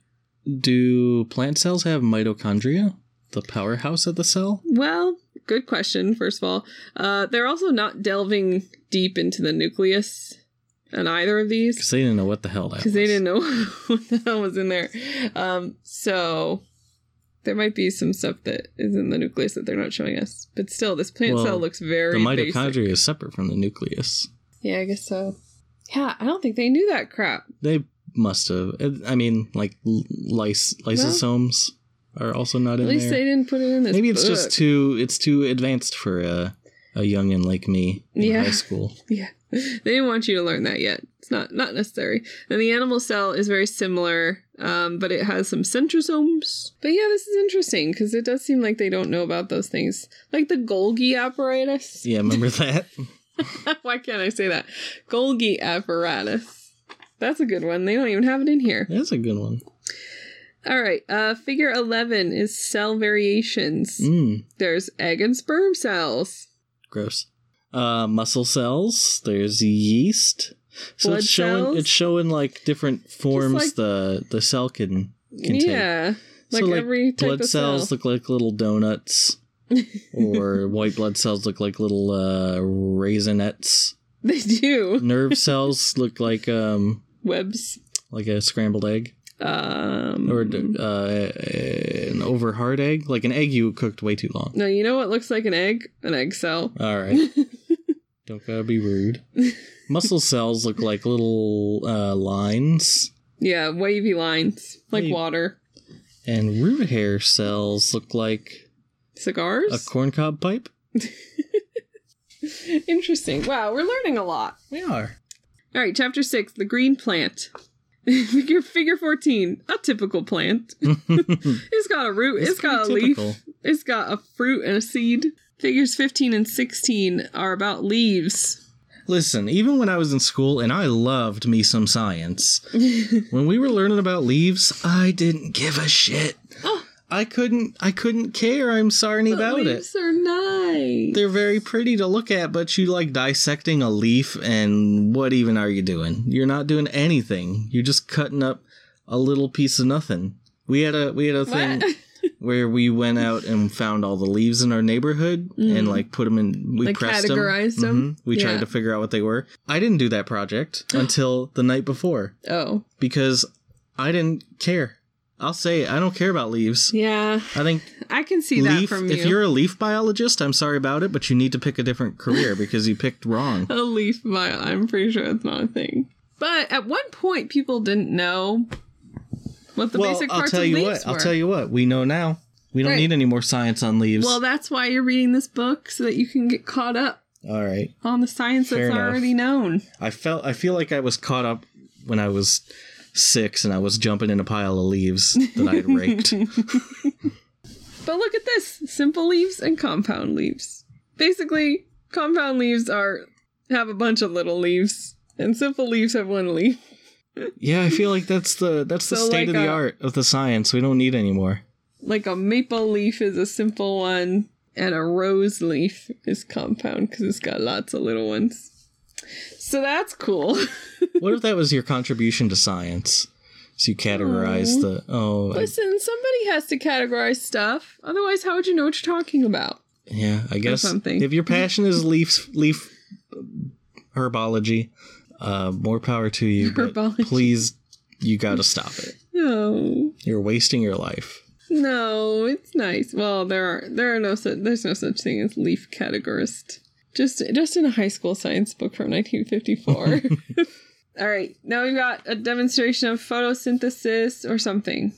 do plant cells have mitochondria, the powerhouse of the cell? Well, good question, first of all. Uh, they're also not delving deep into the nucleus on either of these Because they didn't know what the hell that. because they was. didn't know what the hell was in there. Um, so there might be some stuff that is in the nucleus that they're not showing us. But still, this plant Well, cell looks The very mitochondria basic. is separate from the nucleus. Yeah, I guess so. Yeah, I don't think they knew that crap. They must have. I mean, like l- lice, lysosomes are also not At in least there. they didn't put it in this. Maybe it's book. just too. It's too advanced for a a youngin like me in Yeah. high school. Yeah. They didn't want you to learn that yet. It's not not necessary. And the animal cell is very similar, um, but it has some centrosomes. But yeah, this is interesting because it does seem like they don't know about those things, like the Golgi apparatus. Yeah, remember that? Why can't I say that? Golgi apparatus. That's a good one. They don't even have it in here. That's a good one. All right. Uh, figure eleven is cell variations. Mm, There's egg and sperm cells. gross. Uh, muscle cells. There's yeast. So Blood it's showing. cells? It's showing like different forms like- the the cell can can take. Yeah, like, So, every type blood of cells cell. look like little donuts, or white blood cells look like little uh, raisinettes. they do Nerve cells look like um webs. like a scrambled egg Um, or uh, an over hard egg, like an egg you cooked way too long. no, you know what looks like an egg? An egg cell. All right, don't gotta be rude. Muscle cells look like little uh, lines, yeah, wavy lines like Wait. water. and root hair cells look like a Cigars. corncob pipe. Interesting. Wow, we're learning a lot. We are. All right, chapter six: the green plant. figure figure fourteen: a typical plant. It's got a root. it's got a pretty leaf. typical. It's got a fruit and a seed. Figures fifteen and sixteen are about leaves. Listen, even when I was in school and I loved me some science, when we were learning about leaves, I didn't give a shit. Oh. I couldn't I couldn't care, I'm sorry about it. leaves are nice. They're very pretty to look at, but you like dissecting a leaf and what even are you doing? You're not doing anything. You're just cutting up a little piece of nothing. We had a we had a thing what? where we went out and found all the leaves in our neighborhood Mm. and like put them in we Like, pressed categorized 'em? Mhm. we Yeah. tried to figure out what they were i didn't do that project until the night before oh, because i didn't care i'll say it, i don't care about leaves yeah. i think I can see that leaf from you. if you're a leaf biologist i'm sorry about it but you need to pick a different career because you picked wrong a leaf mile. I'm pretty sure it's not a thing. But at one point, people didn't know what the well basic i'll parts tell of you leaves what i'll were. tell you what we know now we don't Right. need any more science on leaves Well, that's why you're reading this book so that you can get caught up all right on the science Fair that's enough. already known. I felt I feel like I was caught up when I was six and I was jumping in a pile of leaves that I had raked. But look at this: simple leaves and compound leaves. Basically, compound leaves are have a bunch of little leaves, and simple leaves have one leaf. yeah, I feel like that's the that's the So, state of like uh, the a- art of the science. We don't need anymore. like a maple leaf is a simple one and a rose leaf is compound because it's got lots of little ones so that's cool What if that was your contribution to science? So you categorize Aw. the oh I- listen somebody has to categorize stuff otherwise how would you know what you're talking about yeah, I guess something. if your passion is leaf leaf herbology, uh, more power to you. But Herbology. please, you got to stop it. no You're wasting your life. no it's nice well there are there are no such there's no such thing as leaf categorist just just in a high school science book from 1954 All right, now we've got a demonstration of photosynthesis or something.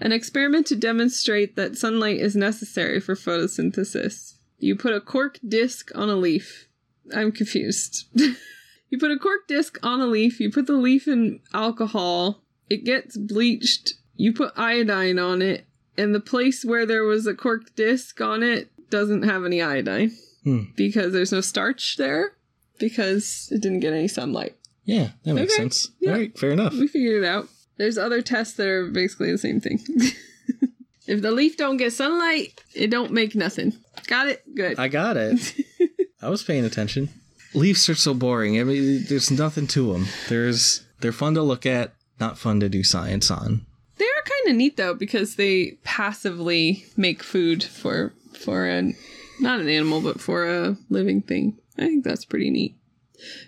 An experiment to demonstrate that sunlight is necessary for photosynthesis. You put a cork disc on a leaf. I'm confused. you put a cork disc on a leaf, you put the leaf in alcohol, it gets bleached, you put iodine on it, and the place where there was a cork disc on it doesn't have any iodine Hmm. because there's no starch there because it didn't get any sunlight. Yeah, that makes Okay, sense. yeah. All right, fair enough. We figured it out. There's other tests that are basically the same thing. If the leaf don't get sunlight, it don't make nothing. Got it? Good. I got it. I was paying attention. Leafs are so boring. I mean, there's nothing to them. There's they're fun to look at, not fun to do science on. They are kind of neat though because they passively make food for for an not an animal but for a living thing. I think that's pretty neat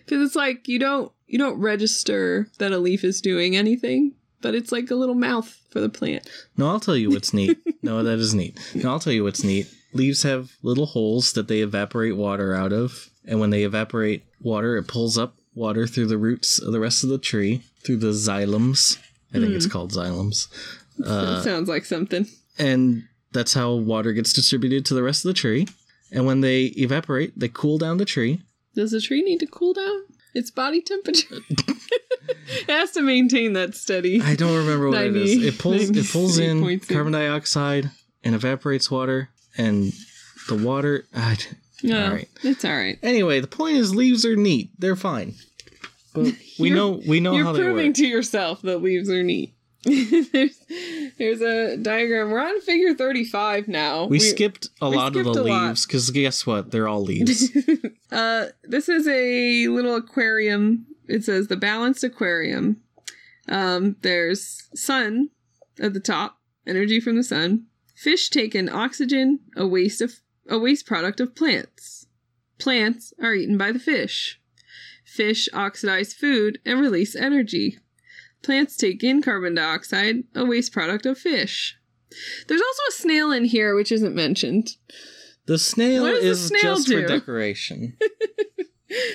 because it's like you don't you don't register that a leaf is doing anything, but it's like a little mouth for the plant. No, I'll tell you what's neat. no, that is neat. No, I'll tell you what's neat. Leaves have little holes that they evaporate water out of, and when they evaporate water, it pulls up water through the roots of the rest of the tree through the xylums. I think it's called xylums. that sounds like something. and that's how water gets distributed to the rest of the tree. And when they evaporate, they cool down the tree. Does the tree need to cool down? Its body temperature. it has to maintain that steady. I don't remember what it is. 90, It pulls it pulls in 93.6. carbon dioxide and evaporates water, and the water. I d No, All right. it's all right. Anyway, the point is, leaves are neat. They're fine, but we You're- know we know how You're they proving work. to yourself that leaves are neat. there's, there's a diagram. We're on figure 35 now. we, skipped a we lot of skipped the a lot. leaves because guess what? They're all leaves. Uh, this is a little aquarium. It says the balanced aquarium. Um, there's sun at the top, energy from the sun. Fish take in oxygen, a waste of a waste product of plants. Plants are eaten by the fish. Fish oxidize food and release energy. Plants take in carbon dioxide, a waste product of fish. There's also a snail in here which isn't mentioned. the snail What does the is snail just for do? decoration.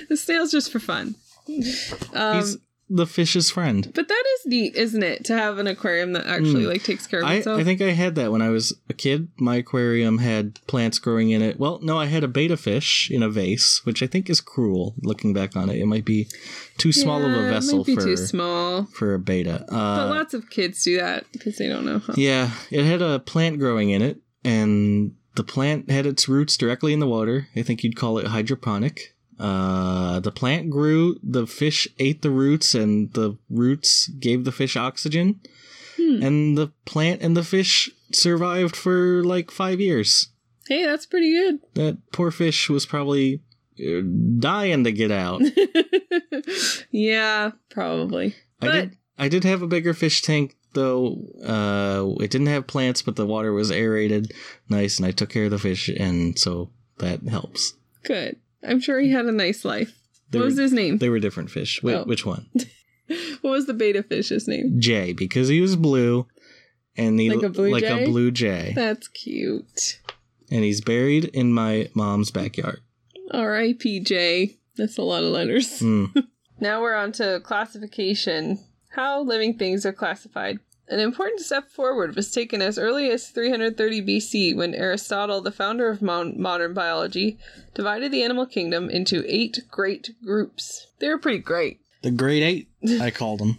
The snail's just for fun. Um, He's the fish's friend. But that is neat, isn't it? To have an aquarium that actually Mm. like takes care of I, itself. I think I had that when I was a kid. My aquarium had plants growing in it. Well, no, I had a beta fish in a vase, which I think is cruel. Looking back on it, it might be too small Yeah, of a vessel It might be for too small. for a beta. But Uh, lots of kids do that because they don't know how. yeah, it had a plant growing in it, and the plant had its roots directly in the water. I think you'd call it hydroponic. Uh, the plant grew, the fish ate the roots, and the roots gave the fish oxygen. Hmm. And the plant and the fish survived for like five years. Hey, that's pretty good. That poor fish was probably uh, dying to get out. yeah, probably. I did. I did have a bigger fish tank though. Uh, it didn't have plants, but the water was aerated, nice, and I took care of the fish, and so that helps. Good. I'm sure he had a nice life. They what was were, his name? They were different fish. Wait, Oh. which one? What was the beta fish's name? Jay, because he was blue, and he Like a blue like jay? a blue jay, That's cute. and he's buried in my mom's backyard. R.I.P. J. That's a lot of letters. Hmm. Now we're on to classification. How living things are classified. An important step forward was taken as early as 330 BC when Aristotle, the founder of mon- modern biology, divided the animal kingdom into eight great groups. They were pretty great. The grade eight, I called him.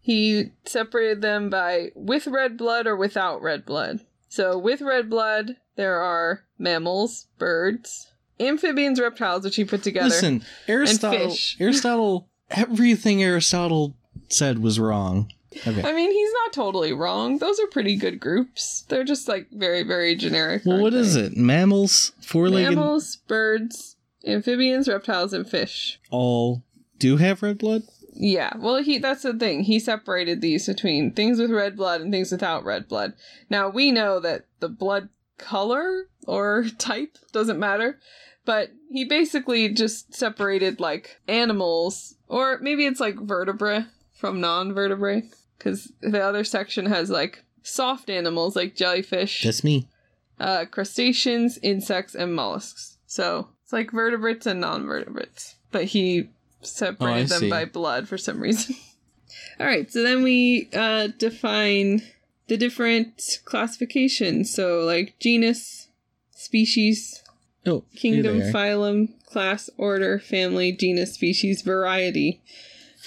He separated them by with red blood or without red blood. So, with red blood, there are mammals, birds, amphibians, reptiles, which he put together. Listen, Aristotle. fish. Aristotle. Everything Aristotle said was wrong. Okay. I mean, he's not totally wrong. Those are pretty good groups. They're just like very, very generic. Well, what is it? Mammals, four-legged, Mammals, birds, amphibians, reptiles, and fish. all do have red blood. Yeah. Well, he that's the thing. He separated these between things with red blood and things without red blood. Now, we know that the blood color or type doesn't matter, but he basically just separated like animals or maybe it's like vertebrae from non-vertebrae cuz the other section has like soft animals like jellyfish That's me. uh, crustaceans, insects, and mollusks. So it's like vertebrates and non-vertebrates. But he separated Oh, I them see. by blood for some reason. All right, so then we uh, define the different classifications. So like genus, species, Oh, kingdom, phylum, class, order, family, genus, species, variety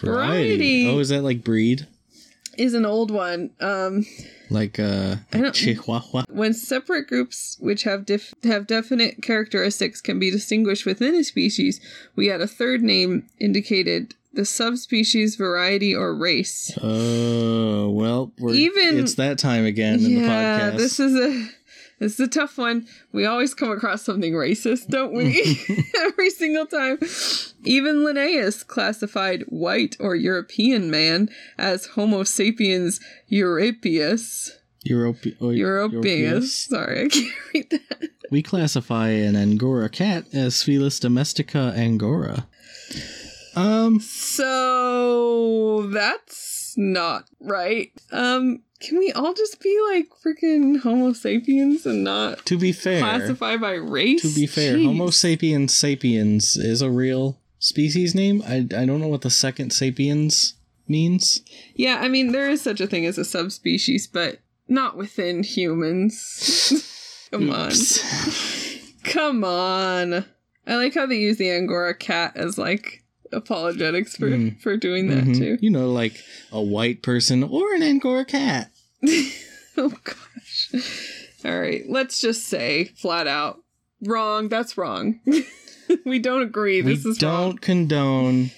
Variety. Oh, is that like breed? is an old one. Um, Like uh, I don't- Chihuahua. When separate groups which have dif- have definite characteristics can be distinguished within a species, we add a third name indicated the subspecies, variety, or race. Oh well, we're, Even- it's that time again in the Yeah, podcast. this is a this is a tough one. We always come across something racist, don't we? Every single time. Even Linnaeus classified white or European man as Homo sapiens europaeus. Europe, oh, Europeus. Sorry, I can't read that. We classify an Angora cat as Felis domestica angora. Um, So that's not right. Um, can we all just be like freaking Homo sapiens and not to be fair, classify by race? to be fair, Jeez. Homo sapiens sapiens is a real species name. I, I don't know what the second sapiens means. Yeah, I mean there is such a thing as a subspecies, but not within humans. Come on. Come on. I like how they use the Angora cat as like apologetics for Mm. for doing that Mhm. too. You know, like a white person or an Angora cat. oh gosh. All right, let's just say flat out wrong. That's wrong. we don't agree. This we is don't wrong. condone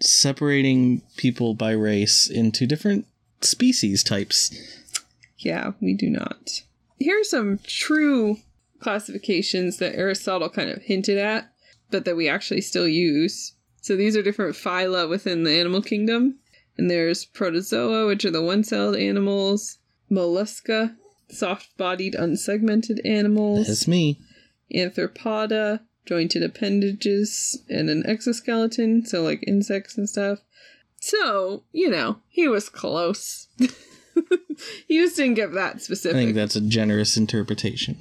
separating people by race into different species types. Yeah, we do not. Here's some true classifications that Aristotle kind of hinted at, but that we actually still use. So these are different phyla within the animal kingdom. And there's protozoa, which are the one celled animals, mollusca, soft bodied, unsegmented animals. That's me. anthropoda, jointed appendages, and an exoskeleton, so like insects and stuff. So, you know, he was close. he just didn't get that I specific. think that's a generous interpretation.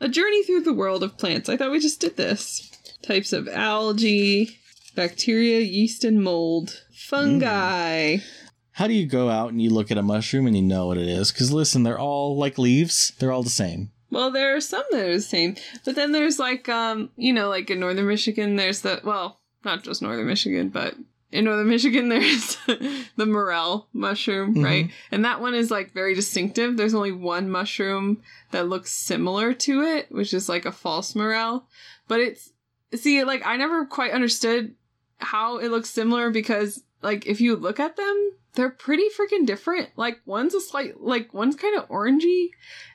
A journey through the world of plants. I thought we just did this. Types of algae, bacteria, yeast, and mold, fungi. How do you go out and you look at a mushroom and you know what it is? Because listen, they're all like leaves. They're all the same. Well, there are some that are the same, but then there's like, um, you know, like in northern Michigan, there's the well, not just northern Michigan, but in northern Michigan, there's the morel mushroom, Mhm. right? And that one is like very distinctive. There's only one mushroom that looks similar to it, which is like a false morel, but it's see, like I never quite understood how it looks similar because like if you look at them, they're pretty freaking different. Like one's a slight like one's kind of orangey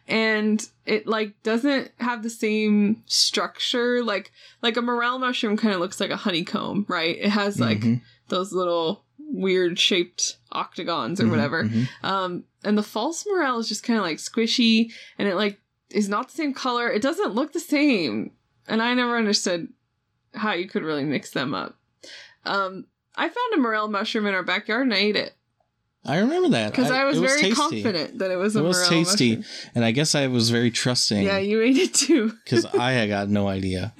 and it like doesn't have the same structure like like a morel mushroom kind of looks like a honeycomb, right? It has like Mhm, those little weird shaped octagons or mhm, whatever. mhm. Um, and the false morel is just kind of like squishy, and it like is not the same color. It doesn't look the same, and I never understood how you could really mix them up. Um, I found a morel mushroom in our backyard and I ate it I remember that because I, was it very tasty. confident that it was a It was morel tasty, mushroom. and I guess I was very Yeah, trusting you ate it too. because I had got no idea.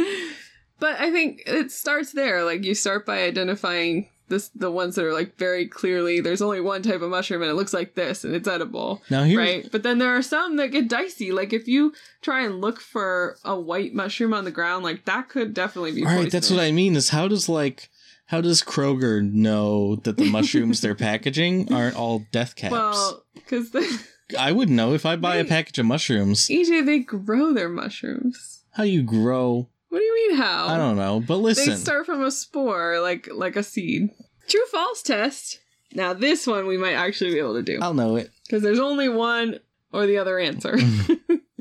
but I think it starts there. Like you start by identifying this the ones that are like very clearly there's only one type of mushroom and it looks like this and it's edible. Now here, right? But then there are some that get dicey. Like if you try and look for a white mushroom on the ground, like that could definitely be. all right, that's what I mean. Is how does like how does Kroger know that the mushrooms they're packaging aren't all death caps? Well, because I would know if I buy a They- package of mushrooms. EJ E they grow their mushrooms. How you grow? What do you mean how? I don't know, but Oh. They listen, start from a spore, like like a seed. True false test. Now this one we might actually be able to do. I'll know it. because there's only one or the other answer. Mm-hmm.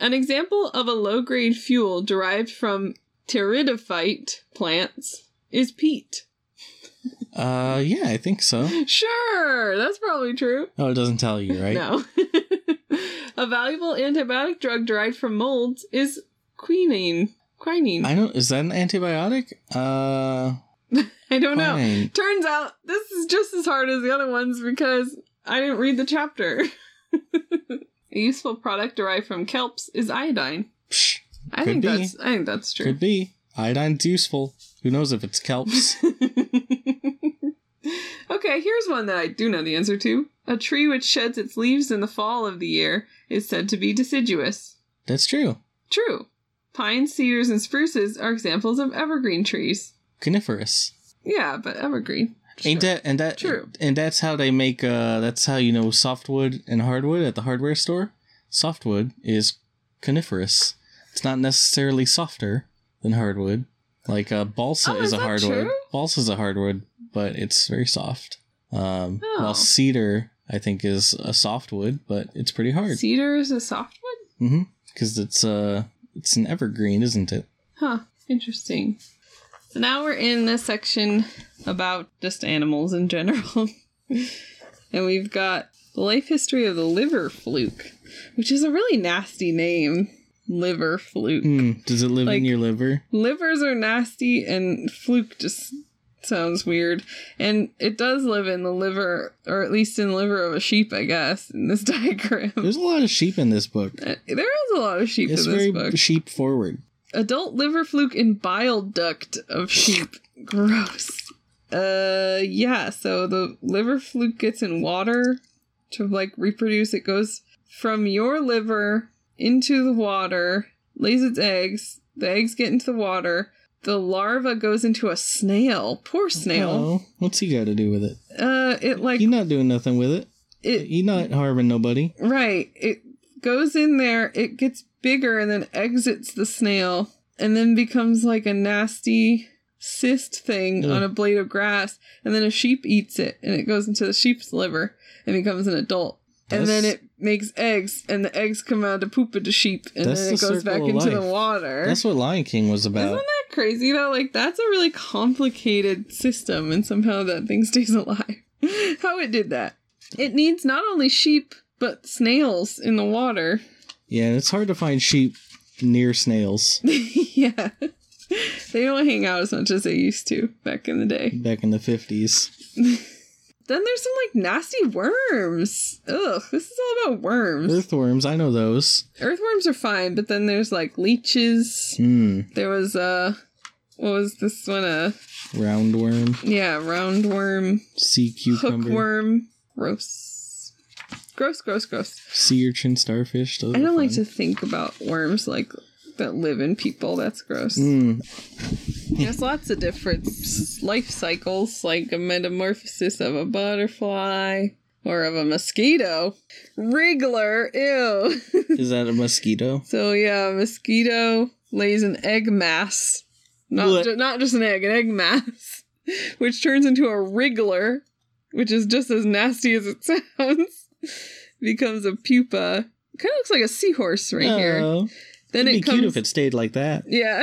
An example of a low grade fuel derived from pteridophyte plants is peat. Uh, yeah, I think so. Sure, that's probably true. Oh, it doesn't tell you, right? No. a valuable antibiotic drug derived from molds is quinine. Quinine. I I, don't. Is that an antibiotic? Uh, don't know. fine. Turns out this is just as hard as the other ones because I didn't read the chapter. a useful product derived from kelps is iodine. Psh, I think Could be. that's I think that's true. could be. Iodine's useful. Who knows if it's kelps? okay, here's one that I do know the answer to. A tree which sheds its leaves in the fall of the year is said to be deciduous. That's true. True. Pine, cedars, and spruces are examples of evergreen trees. Coniferous. Yeah, but evergreen. Ain't Sure. that and that True. And that's how they make. Uh, that's how you know softwood and hardwood at the hardware store. Softwood is coniferous. It's not necessarily softer than hardwood. Like uh, balsa Oh, is, is a that hardwood. true? Balsa is a hardwood. but it's very soft. Um, Oh. While cedar, I think, is a soft wood, but it's pretty hard Cedar is a soft one? because it's uh, it's an evergreen, isn't it? Huh. Interesting. So now we're in this section about just animals in general. and we've got the life history of the liver fluke, which is a really nasty name. Liver fluke. Mm, does it live Like- in your liver? livers are nasty and fluke just sounds weird and it does live in the liver or at least in the liver of a sheep i guess in this diagram There's a lot of sheep in this book. Uh, there is a lot of sheep It's in this very book sheep forward. adult liver fluke and bile duct of sheep gross uh yeah so the liver fluke gets in water to like reproduce it goes from your liver into the water lays its eggs the eggs get into the water the larva goes into a snail poor snail Oh, what's he got to do with it? uh it like You're not doing nothing with it. it You're not harming nobody. Right. It goes in there, it gets bigger, and then exits the snail, and then becomes like a nasty cyst thing Ugh. on a blade of grass. And then a sheep eats it, and it goes into the sheep's liver and becomes an adult. and then That's- it makes eggs, and the eggs come out to poop at the sheep, and That's then it the goes circle back of into the life. water. That's what Lion King was Isn't about. that crazy though? Like that's a really complicated system, and somehow that thing stays alive. How it did that? It needs not only sheep but snails in the water. Yeah, and it's hard to find sheep near snails yeah, they don't hang out as much as they used to back in the day. back in the 50s. Then there's some like nasty worms. Ugh, this is all about worms. Earthworms, I know those. Earthworms are fine, but then there's like leeches. Hmm, There was uh, what was this one? Uh, roundworm, yeah, roundworm. sea cucumber, hookworm. Gross. Gross, gross, gross. sea urchin, starfish. Those I are don't like to fun. think about worms like that live in people. That's gross. Mm, There's lots of different s- life cycles, like a metamorphosis of a butterfly or of a mosquito. Wriggler, ew. is that a mosquito? so yeah, a mosquito lays an egg mass. Not What? ju- not just an egg, an egg mass, which turns into a wriggler, which is just as nasty as it sounds. Becomes a pupa. Kind of looks like a seahorse right here. No. Then Uh, It'd it be comes. cute if it stayed like that. Yeah.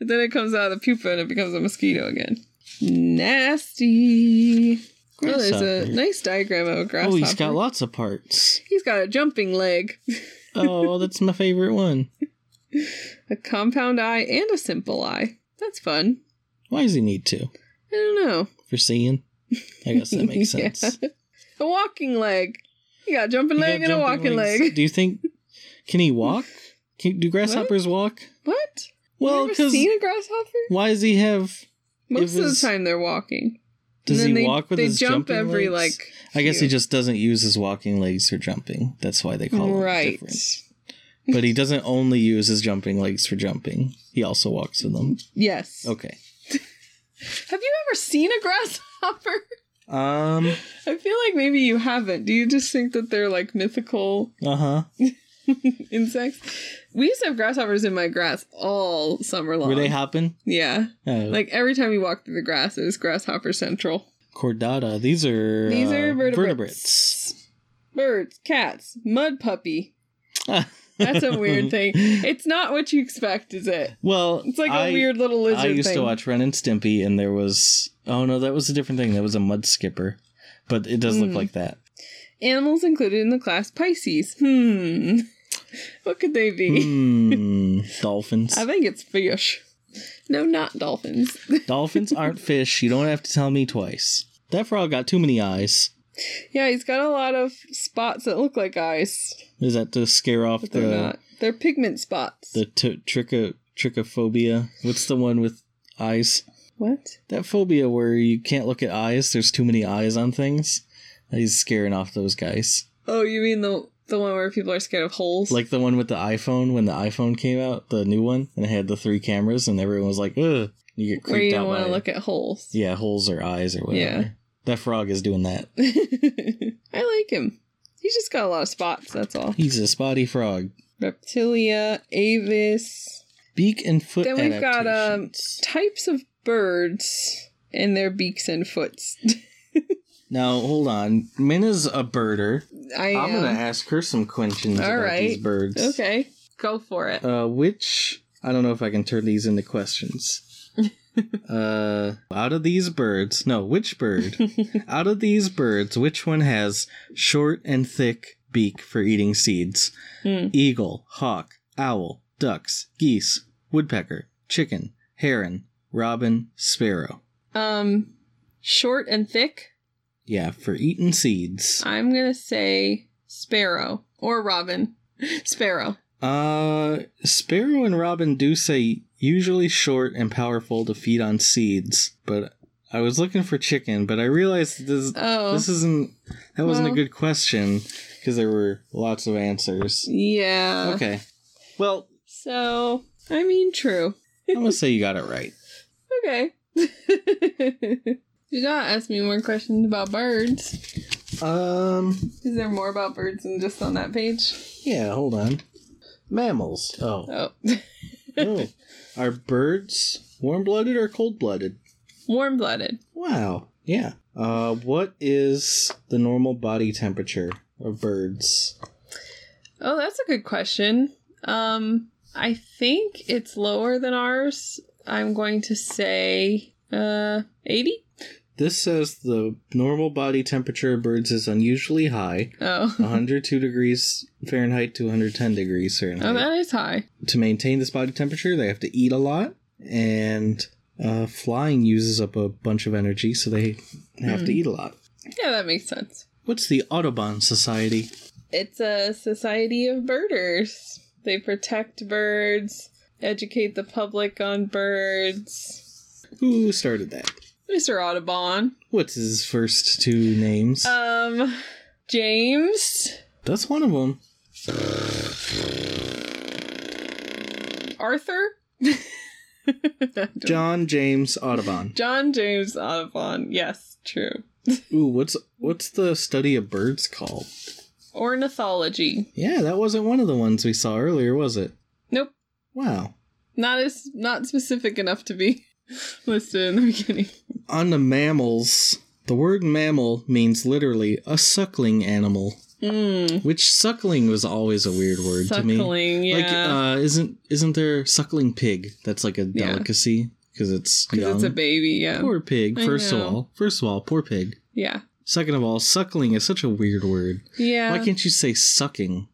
And then it comes out of the pupa and it becomes a mosquito again. Nasty. Oh, there's a Grasshopper. nice diagram of a grasshopper. Oh, he's got lots of parts. He's got a jumping leg, Oh, that's my favorite one. a compound eye, and a simple eye. That's fun. Why does he need two? I don't know. For seeing? I guess that makes Yeah. sense. A walking leg. You got a jumping You got leg and a jumping walking legs. leg. Do you think can he walk? Can, do grasshoppers walk? What? Well, you ever because seen a grasshopper? why does he have? Most of the it's- time they're walking. Does And then he they, walk with they his jump jumping every legs? like. I guess he few. just doesn't use his walking legs for jumping. That's why they call right. right. him different. But he doesn't only use his jumping legs for jumping. He also walks with them. Yes. Okay. Have you ever seen a grasshopper? Um. I feel like maybe you haven't. Do you just think that they're like mythical Uh huh. insects? We used to have grasshoppers in my grass all summer long. Were they hopping? yeah. Oh, Like every time you walked through the grass, it was grasshopper central. chordata. These are These uh, are vertebrates. vertebrates. Birds, cats, mud puppy. That's That's a weird thing. It's not what you expect, is it? Well, It's like a a weird little lizard I used thing. to watch Ren and Stimpy, and there was oh no, that was a different thing. That was a mud skipper, but it does look Mm. like that. Animals included in the class Pisces. Hmm. What could they be? Hmm. dolphins. I think it's fish. No, not dolphins. dolphins aren't fish. You don't have to tell me twice. That frog got too many eyes. yeah, he's got a lot of spots that look like eyes. Is that to scare off But they're the not. They're pigment spots. the t- tricho trichophobia? What's the one with eyes? what? That phobia where you can't look at eyes. There's too many eyes on things. He's scaring off those guys. Oh, you mean the the one where people are scared of holes? like the one with the iPhone when the iPhone came out, the new one, and it had the three cameras, and everyone was like, "Ugh," you get creeped where you out don't want by to it. look at holes. yeah, holes or eyes or whatever. Yeah. That frog is doing that. I like him. He's just got a lot of spots. That's all. He's a spotty frog. Reptilia, avis, Beak and foot. Then we've got, um, adaptations. types of birds. and their beaks and foots. Now hold on, Minna's a birder. I I'm am. gonna ask her some questions All about right. these birds. Okay, go for it. Uh, which I don't know if I can turn these into questions. uh, out of these birds, no, which bird? out of these birds, which one has short and thick beak for eating seeds? Hmm. Eagle, hawk, owl, ducks, geese, woodpecker, chicken, heron, robin, sparrow. Um, short and thick. Yeah, for eating seeds. I'm gonna say sparrow or robin. Sparrow. Uh, Sparrow and Robin do say usually short and powerful to feed on seeds, but I was looking for chicken, but I realized this Oh, this isn't that wasn't Well. a good question because there were lots of answers. yeah. Okay, well So I mean, true. I'm gonna say you got it right. Okay. you gotta ask me more questions about birds. Um, Is there more about birds than just on that page? yeah, hold on. Mammals. Oh, Oh, no. are birds warm blooded or cold blooded? warm blooded. Wow. Yeah. Uh, what is the normal body temperature of birds? Oh, that's a good question. Um, I think it's lower than ours. I'm going to say uh 80. This says the normal body temperature of birds is unusually high, Oh. 102 degrees Fahrenheit to 110 degrees Oh, Fahrenheit. that is high. to maintain this body temperature, they have to eat a lot, and uh, flying uses up a bunch of energy, so they have Hmm. to eat a lot. Yeah, that makes sense. What's the Audubon Society? It's a society of birders. They protect birds, educate the public on birds. Who started that? Mr. Audubon. What's his first two names? Um, James, That's one of them. Arthur, I don't- John James Audubon. John James Audubon. Yes, true. Ooh, what's what's the study of birds called? Ornithology. Yeah, that wasn't one of the ones we saw earlier, was it? Nope, Wow. not as not specific enough to be listed in the beginning. On the mammals, the word mammal means literally a suckling animal, Mm, which suckling was always a weird word to me. suckling. Yeah. Like uh isn't isn't there suckling pig? That's like a Yeah. delicacy because it's 'Cause young. it's a baby, yeah. Poor pig, I first of know. all. First of all, poor pig. Yeah. Second of all, suckling is such a weird word. Yeah. Why can't you say sucking?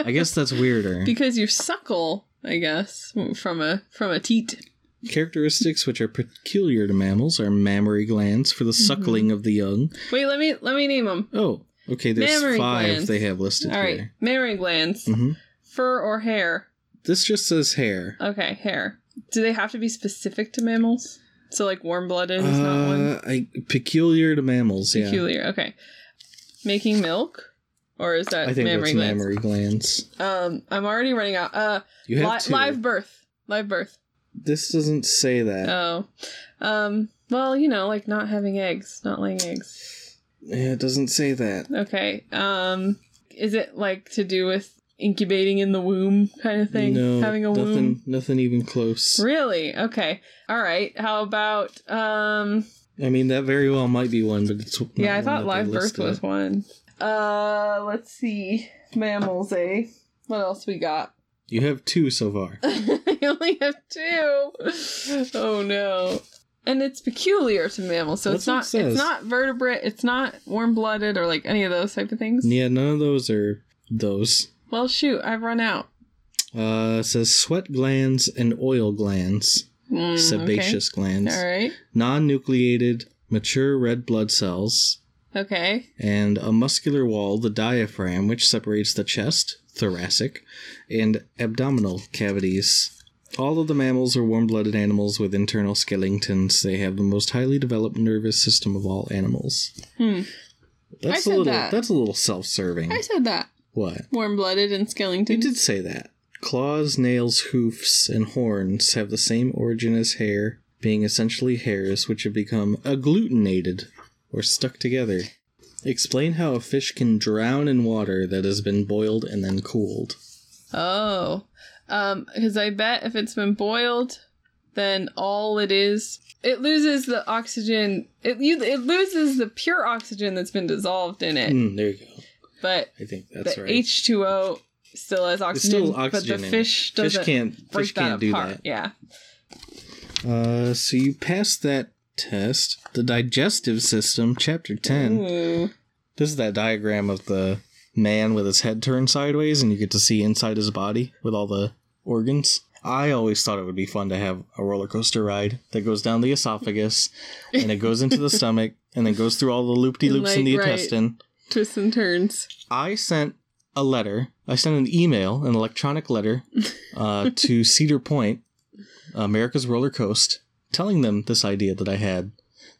I guess that's weirder. because you suckle, I guess, from a from a teat. Characteristics which are peculiar to mammals are mammary glands for the Mm-hmm. suckling of the young. Wait, let me let me name them. Oh, okay. There's Mammary five glands. they have listed All right, here. mammary glands, hmm fur or hair. This just says hair. Okay, hair. Do they have to be specific to mammals? So like warm blooded is Oh, not one Uh, I, peculiar to mammals. Yeah, peculiar. Okay, making milk, or is that I think uh, mammary that's glands? mammary glands. Um, I'm already running out. Uh, You have li- two. live birth, live birth. This doesn't say that. Oh, um, well, you know, like not having eggs, not laying eggs. yeah, it doesn't say that. Okay. Um is it like to do with incubating in the womb kind of thing? No, Having a nothing. womb? Nothing even close. Really? Okay. All right. How about um I mean, that very well might be one, but it's not Yeah, I one thought that live they birth listed. was one. Uh let's see. Mammals, eh? What else we got? You have two so far. I only have two. Oh no. And it's peculiar to mammals, so it's That's what it not says. it's not vertebrate, it's not warm blooded or like any of those type of things. yeah, none of those are those. Well shoot, I've run out. Uh, it says sweat glands and oil glands, Mm, okay. sebaceous glands, All right. non-nucleated, mature red blood cells, Okay. and a muscular wall, the diaphragm, which separates the chest, thoracic, and abdominal cavities. All of the mammals are warm-blooded animals with internal skeletons. They have the most highly developed nervous system of all animals. Hmm. That's I said a little. that. That's a little self-serving. I said that. what? Warm blooded and You skeleton. did say that. Claws, nails, hoofs, and horns have the same origin as hair, being essentially hairs which have become agglutinated or stuck together. Explain how a fish can drown in water that has been boiled and then cooled. Oh. Um, because I bet if it's been boiled, then all it is it loses the oxygen it you, it loses the pure oxygen that's been dissolved in it Mm, there you go. but I think that's the right. H2O still has oxygen, still but oxygen the in fish it. doesn't Fish can't. break Fish that can't do apart. that. Yeah. Uh, so you passed that test. The digestive system, chapter 10. Ooh. This is that diagram of the man with his head turned sideways, and you get to see inside his body with all the organs. I always thought it would be fun to have a roller coaster ride that goes down the esophagus and it goes into the stomach and then goes through all the loop de loops Like, in the right. intestine. Twists and turns. I sent a letter. I sent an email, an electronic letter, uh, to Cedar Point, America's roller coaster, telling them this idea that I had,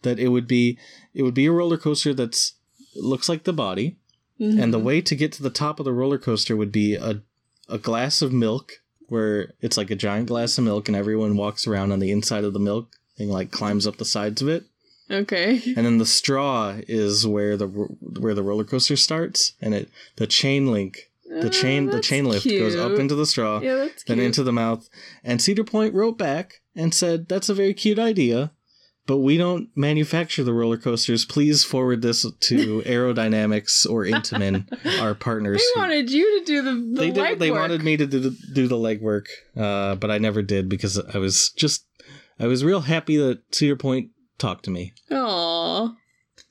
that it would be it would be a roller coaster that's looks like the body, and the way to get to the top of the roller coaster would be a a glass of milk, where it's like a giant glass of milk, and everyone walks around on the inside of the milk and like climbs up the sides of it Okay. and then the straw is where the ro- where the roller coaster starts, and it the chain link, Oh, the chain the chain lift goes up into the straw, Yeah, that's then cute. into the mouth. And Cedar Point wrote back and said, "That's a very cute idea, but we don't manufacture the roller coasters. Please forward this to Aerodynamics or Intamin, our partners." they who- wanted you to do the, the they legwork. did, they wanted me to do the, do the legwork, uh, but I never did because I was just I was real happy that Cedar Point talked to me. Aw.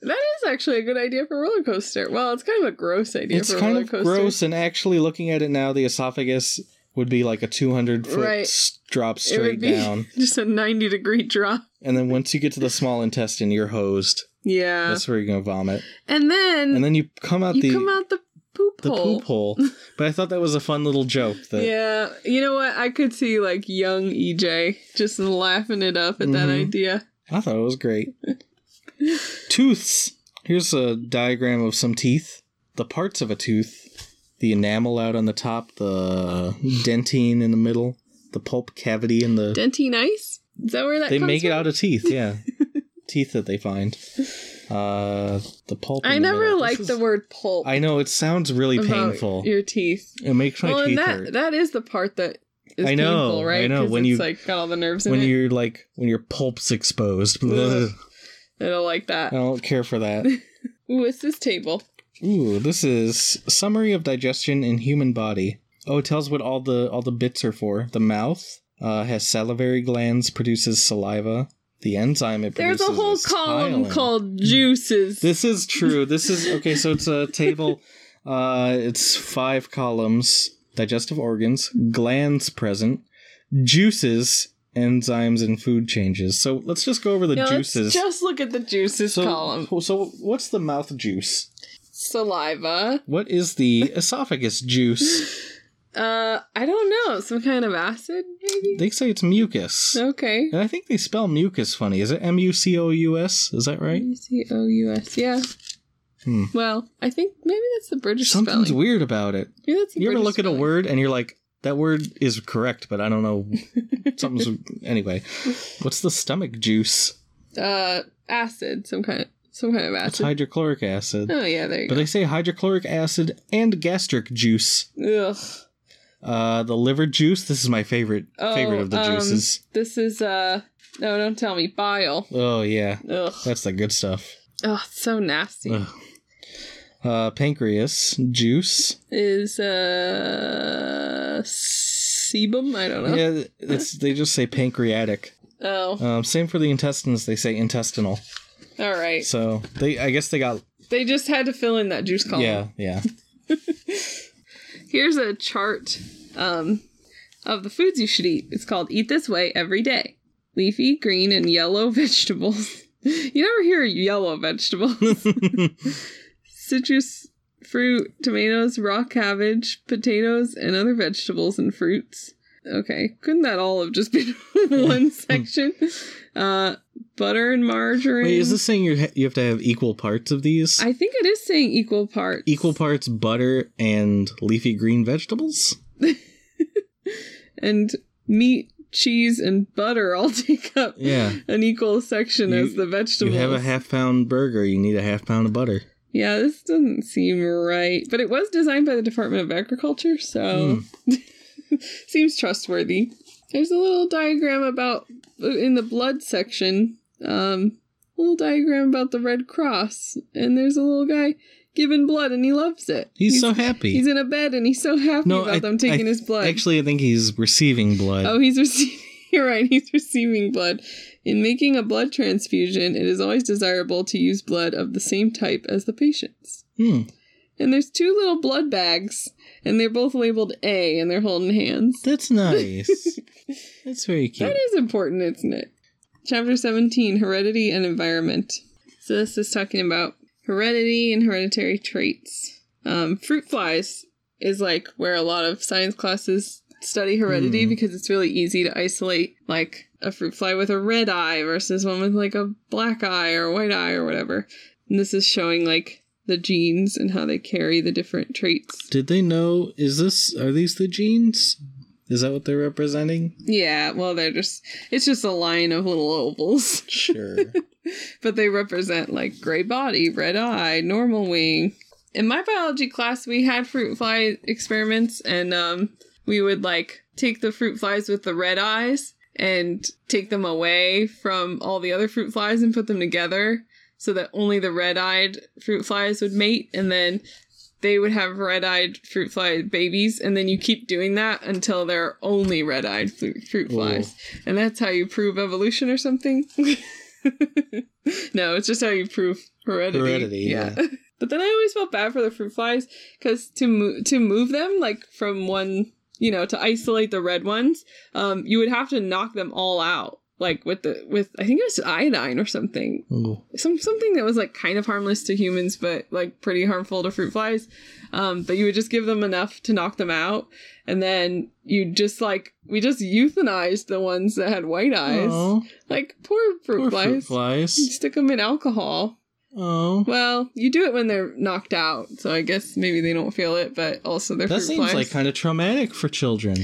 That is actually a good idea for a roller coaster. Well, it's kind of a gross idea it's for a kind roller of coaster. gross and actually looking at it now the esophagus would be like a 200 foot Right. s- drop It straight would be down just a 90 degree drop. and then once you get to the small intestine you're hosed Yeah. that's where you're gonna vomit and then, and then you come out Mm. you the come out the poop the hole. poop hole but i thought that was a fun little joke that yeah, you know what? I could see like young EJ just laughing it up at that Mhm. idea. i thought it was great tooths here's a diagram of some teeth the parts of a tooth the enamel out on the top the dentine in the middle the pulp cavity in the Dentine ice? Is that where that they comes make it from? out of teeth yeah teeth that they find uh the pulp I in the never middle. This liked is- the word pulp. i know it sounds really about painful Your teeth. it makes my well, teeth and that hurt that is the part that is I know, painful, right? I know. 'Cause When it's you- like got all the nerves when in it. you're like when your pulp's exposed Ugh. Ugh. I don't like that. i don't care for that Ooh, it's this table. ooh this is summary of digestion in human body oh it tells what all the all the bits are for the mouth uh, has salivary glands produces saliva the enzyme it There's produces a whole is column hyaline. called juices. This is true. This is okay. So it's a table. Uh, it's five columns: digestive organs, glands present, juices, enzymes, and food changes. So let's just go over the Now, let's juices. just look at the juices so, column. so what's the mouth juice? Saliva. What is the esophagus juice? Uh, I don't know. Some kind of acid, maybe. They say it's mucus, okay. and I think they spell mucus funny. Is it M U C O U S? Is that right? C O U S. Yeah. Hmm. Well, I think maybe that's the British Something's spelling. weird about it. Maybe that's the you ever British look at a spelling. word and you're like that word is correct but i don't know something's anyway what's the stomach juice Uh, acid. Some kind. Of, some kind of it's acid. hydrochloric acid Oh yeah, there you but they say hydrochloric acid and gastric juice go. Ugh. uh the liver juice this is my favorite Oh, favorite of the um, juices This is uh. No, don't tell me bile. oh yeah Ugh. that's the good stuff Oh, it's so nasty. Ugh. uh pancreas juice Is uh sebum? I don't know. yeah it's they just say pancreatic Oh, um same for the intestines they say intestinal all right. so they i guess they got They just had to fill in that juice column. yeah yeah Here's a chart um, of the foods you should eat. It's called Eat This Way Every Day. Leafy, green, and yellow vegetables. you never hear yellow vegetables. Citrus, fruit, tomatoes, raw cabbage, potatoes, and other vegetables and fruits. Okay, couldn't that all have just been one section? Uh, butter and margarine. Wait, is this saying you ha- you have to have equal parts of these? I think it is saying equal parts. equal parts butter and leafy green vegetables? and meat, cheese, and butter all take up Yeah. an equal section You- as the You vegetables. have a half pound burger, you need a half pound of butter. yeah, this doesn't seem right, but it was designed by the Department of Agriculture, Hmm. so seems trustworthy. There's a little diagram about in the blood section, um, a little diagram about the Red Cross, and there's a little guy giving blood, and he loves it. He's, so happy. he's in a bed, and he's so happy No, about I- them taking I- his blood. Actually, I think he's receiving blood. Oh, he's receiving. You're right. He's receiving blood. In making a blood transfusion, it is always desirable to use blood of the same type as the patient's. Hmm. And there's two little blood bags, and they're both labeled A, and they're holding hands. That's nice. That's very cute. That is important, isn't it? Chapter 17 Heredity and Environment. So, this is talking about heredity and hereditary traits. Um, fruit flies is like where a lot of science classes study heredity Hmm. because it's really easy to isolate like a fruit fly with a red eye versus one with like a black eye or white eye or whatever. And this is showing like the genes and how they carry the different traits. Did they know? Is this? Are these the genes? Is that what they're representing? Yeah, well, they're just, it's just a line of little ovals. Sure. but they represent like gray body, red eye, normal wing. In my biology class, we had fruit fly experiments, and um, we would like take the fruit flies with the red eyes and take them away from all the other fruit flies and put them together so that only the red eyed fruit flies would mate, and then they would have red eyed fruit fly babies, and then you keep doing that until there are only red eyed fruit Ooh. flies. And that's how you prove evolution or something? no, it's just how you prove heredity. Heredity, but then I always felt bad for the fruit flies because to, mo- to move them, like from one, you know, to isolate the red ones, um, you would have to knock them all out. Like with the with I think it was iodine or something Ooh. some something that was like kind of harmless to humans but like pretty harmful to fruit flies um but you would just give them enough to knock them out and then you just like we just euthanized the ones that had white eyes Aw, like poor fruit poor flies Oh, fruit you flies. stick them in alcohol Oh, well you do it when they're knocked out so i guess maybe they don't feel it but also they're that fruit seems flies like kind of traumatic for children.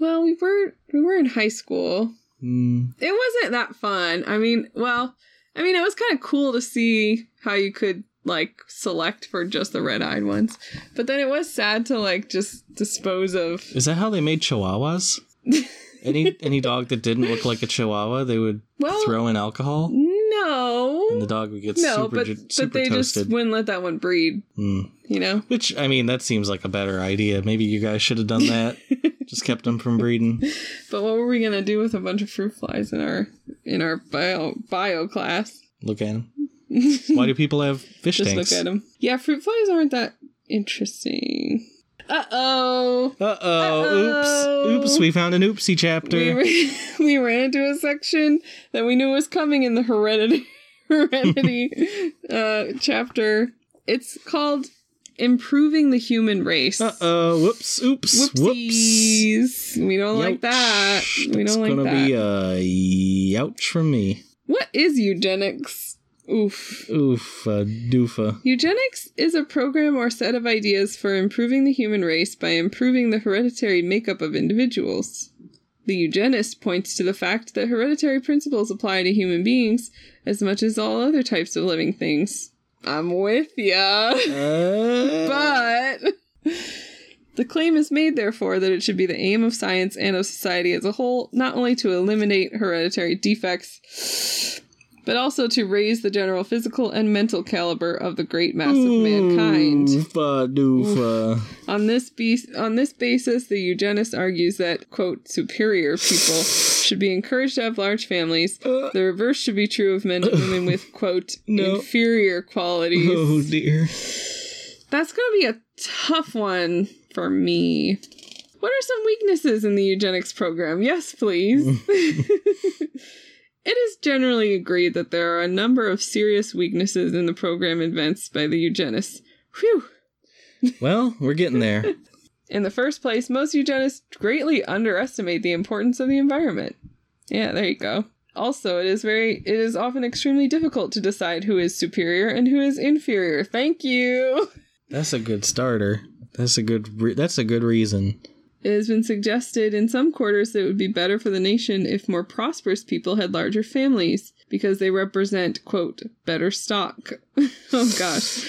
well we were we were in high school Mm. it wasn't that fun. I mean, well, I mean, it was kind of cool to see how you could like select for just the red-eyed ones, but then it was sad to like just dispose of. Is that how they made chihuahuas? any any dog that didn't look like a chihuahua, they would Well, throw in alcohol, and the no, dog would get no, super but ju- but super they just toasted. wouldn't let that one breed. Mm. You know, Which I mean, that seems like a better idea. Maybe you guys should have done that. just kept them from breeding. but what were we gonna do with a bunch of fruit flies in our in our bio bio class? Look at them. Why do people have fish Just tanks? look at them. Yeah, fruit flies aren't that interesting. Uh oh. Uh oh! Uh-oh. Oops! Oops! We found an oopsie chapter. we, ran, we ran into a section that we knew was coming in the heredity heredity uh, chapter. It's called "Improving the Human Race." Uh oh! Whoops! Oops! Whoops! Whoopsies! We don't like Youch. that. We That's don't like gonna that. be a youch from me. what is eugenics? Oof. Oof! Uh, doofa. Eugenics is a program or set of ideas for improving the human race by improving the hereditary makeup of individuals. The eugenist points to the fact that hereditary principles apply to human beings as much as all other types of living things. I'm with ya. Uh, But the claim is made, therefore, that it should be the aim of science and of society as a whole not only to eliminate hereditary defects, but also to raise the general physical and mental caliber of the great mass Hmm. of mankind. Oofa uh, doofa. On this, be- on this basis, the eugenist argues that, quote, superior people should be encouraged to have large families. Uh, The reverse should be true of men and women with, quote, No. inferior qualities. oh dear. That's going to be a tough one for me. What are some weaknesses in the eugenics program? Yes, please. it is generally agreed that there are a number of serious weaknesses in the program advanced by the eugenists. Whew. Well, we're getting there. In the first place, most eugenists greatly underestimate the importance of the environment. Yeah, there you go. Also, it is very it is often extremely difficult to decide who is superior and who is inferior. Thank you. That's a good starter. That's a good. Re- that's a good reason. It has been suggested in some quarters that it would be better for the nation if more prosperous people had larger families because they represent, quote, better stock. oh gosh.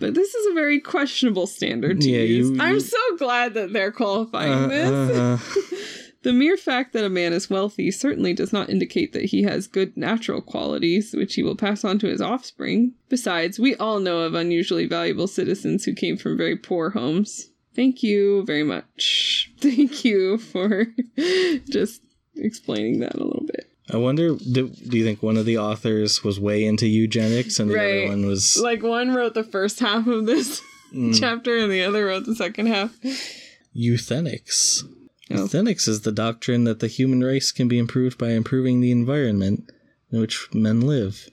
But this is a very questionable standard to Yeah, you- use. I'm you- so glad that they're qualifying Uh, this. uh, uh. The mere fact that a man is wealthy certainly does not indicate that he has good natural qualities, which he will pass on to his offspring. Besides, we all know of unusually valuable citizens who came from very poor homes. Thank you very much. Thank you for just explaining that a little bit. I wonder, do, do you think one of the authors was way into eugenics and the Right. other one was. Like, one wrote the first half of this Mm. chapter, and the other wrote the second half. Euthenics. Oh. Euthenics is the doctrine that the human race can be improved by improving the environment in which men live.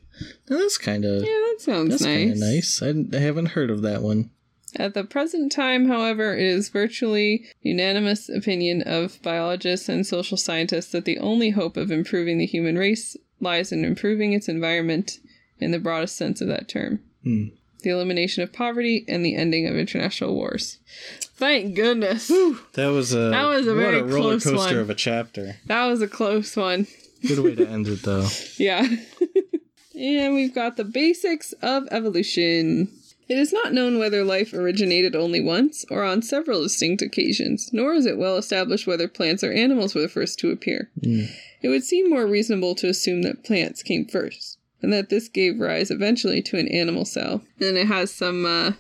Now that's kind of Yeah, that sounds that's kind of nice. I, I haven't heard of that one. At the present time, however, it is virtually unanimous opinion of biologists and social scientists that the only hope of improving the human race lies in improving its environment in the broadest sense of that term. Hmm. The elimination of poverty and the ending of international wars. Thank goodness. That was a That was a what very a roller close coaster one. of a chapter. That was a close one. Good way to end it though. Yeah. and we've got the basics of evolution. It is not known whether life originated only once or on several distinct occasions, nor is it well established whether plants or animals were the first to appear. Mm. It would seem more reasonable to assume that plants came first, and that this gave rise eventually to an animal cell. And it has some uh,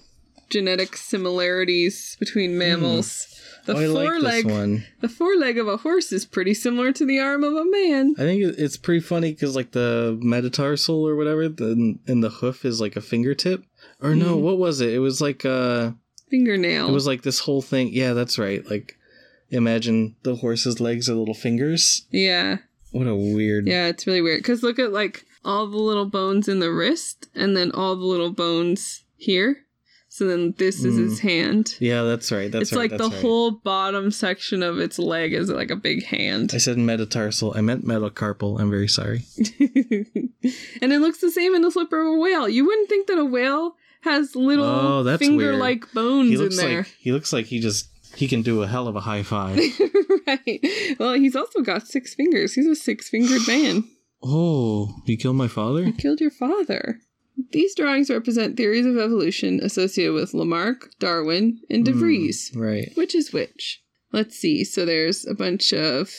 genetic similarities between mammals. The Hmm. Oh, I like this foreleg, one. the foreleg of a horse is pretty similar to the arm of a man. I think it- it's pretty funny because like the metatarsal or whatever, the, and the hoof is like a fingertip. Or no, Mm. what was it? It was like uh Fingernail. It was like this whole thing. Yeah, that's right. Like, imagine the horse's legs are little fingers. yeah. What a weird. Yeah, it's really weird. Because look at like all the little bones in the wrist and then all the little bones here. So then this is his hand. Yeah, that's right. Mm. That's it's right. like that's the right. whole bottom section of its leg is like a big hand. I said metatarsal. I meant metacarpal. I'm very sorry. and it looks the same in the flipper of a whale. You wouldn't think that a whale has little Oh, that's finger like bones He in looks there. like he looks like he just he can do a hell of a high five. right. Well, he's also got six fingers. He's a six fingered man. oh, you killed my father. You killed your father. These drawings represent theories of evolution associated with Lamarck, Darwin, and De Hmm, Vries. right. Which is which? Let's see. So there's a bunch of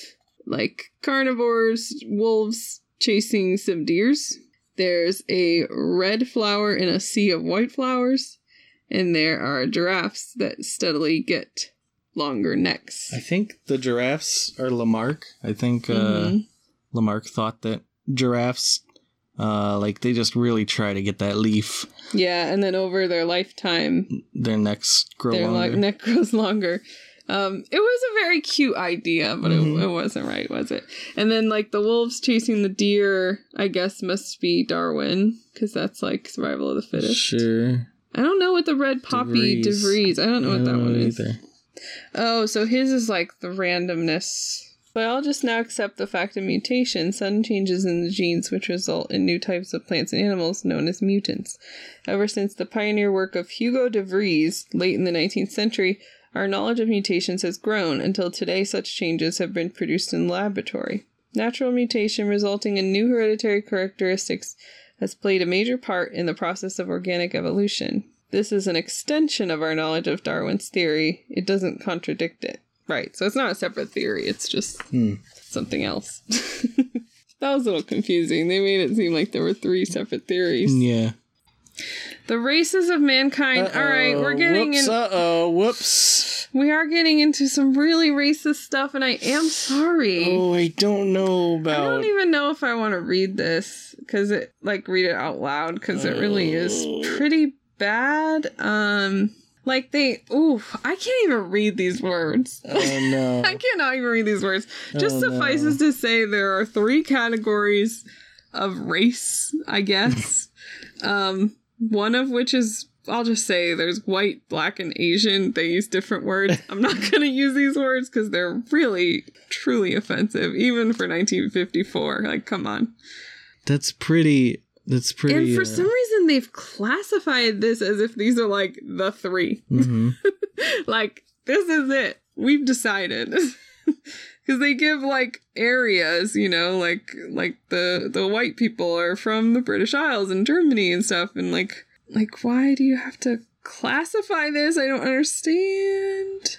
like carnivores, wolves chasing some deers. There's a red flower in a sea of white flowers. And there are giraffes that steadily get longer necks. I think the giraffes are Lamarck. I think uh, Mhm. Lamarck thought that giraffes, uh, like they just really try to get that leaf. Yeah, and then over their lifetime, Their necks grow their longer. like neck grows longer. Um, it was a very cute idea, but Mhm. it, it wasn't right, was it? And then like the wolves chasing the deer, I guess must be Darwin because that's like survival of the fittest. Sure. I don't know what the red poppy Vries. DeVries. I don't know what that one is. either. Oh, so his is like the randomness. Biologists now accept the fact of mutation, sudden changes in the genes which result in new types of plants and animals known as mutants. Ever since the pioneer work of Hugo de Vries late in the 19th century, our knowledge of mutations has grown until today such changes have been produced in the laboratory. Natural mutation resulting in new hereditary characteristics has played a major part in the process of organic evolution. This is an extension of our knowledge of Darwin's theory. It doesn't contradict it. Right, so it's not a separate theory, it's just Hmm. something else. that was a little confusing. They made it seem like there were three separate theories. Yeah. The races of mankind. All right, we're getting in Uh oh. Whoops. we are getting into some really racist stuff and I am sorry. Oh, I don't know I about. don't even know if I want to read this cuz it like read it out loud cuz it really is pretty bad. Um like they ooh, I can't even read these words. Oh no. I cannot even read these words. Just Oh, no. suffices to say there are three categories of race, I guess. um, one of which is, I'll just say, there's white, black, and Asian. They use different words. I'm not going to use these words because they're really, truly offensive, even for 1954. Like, come on. That's pretty. That's pretty. and for uh, some reason, they've classified this as if these are like the three. mhm. like this is it we've decided because they give like areas you know like like the the white people are from the british isles and germany and stuff and like like why do you have to classify this i don't understand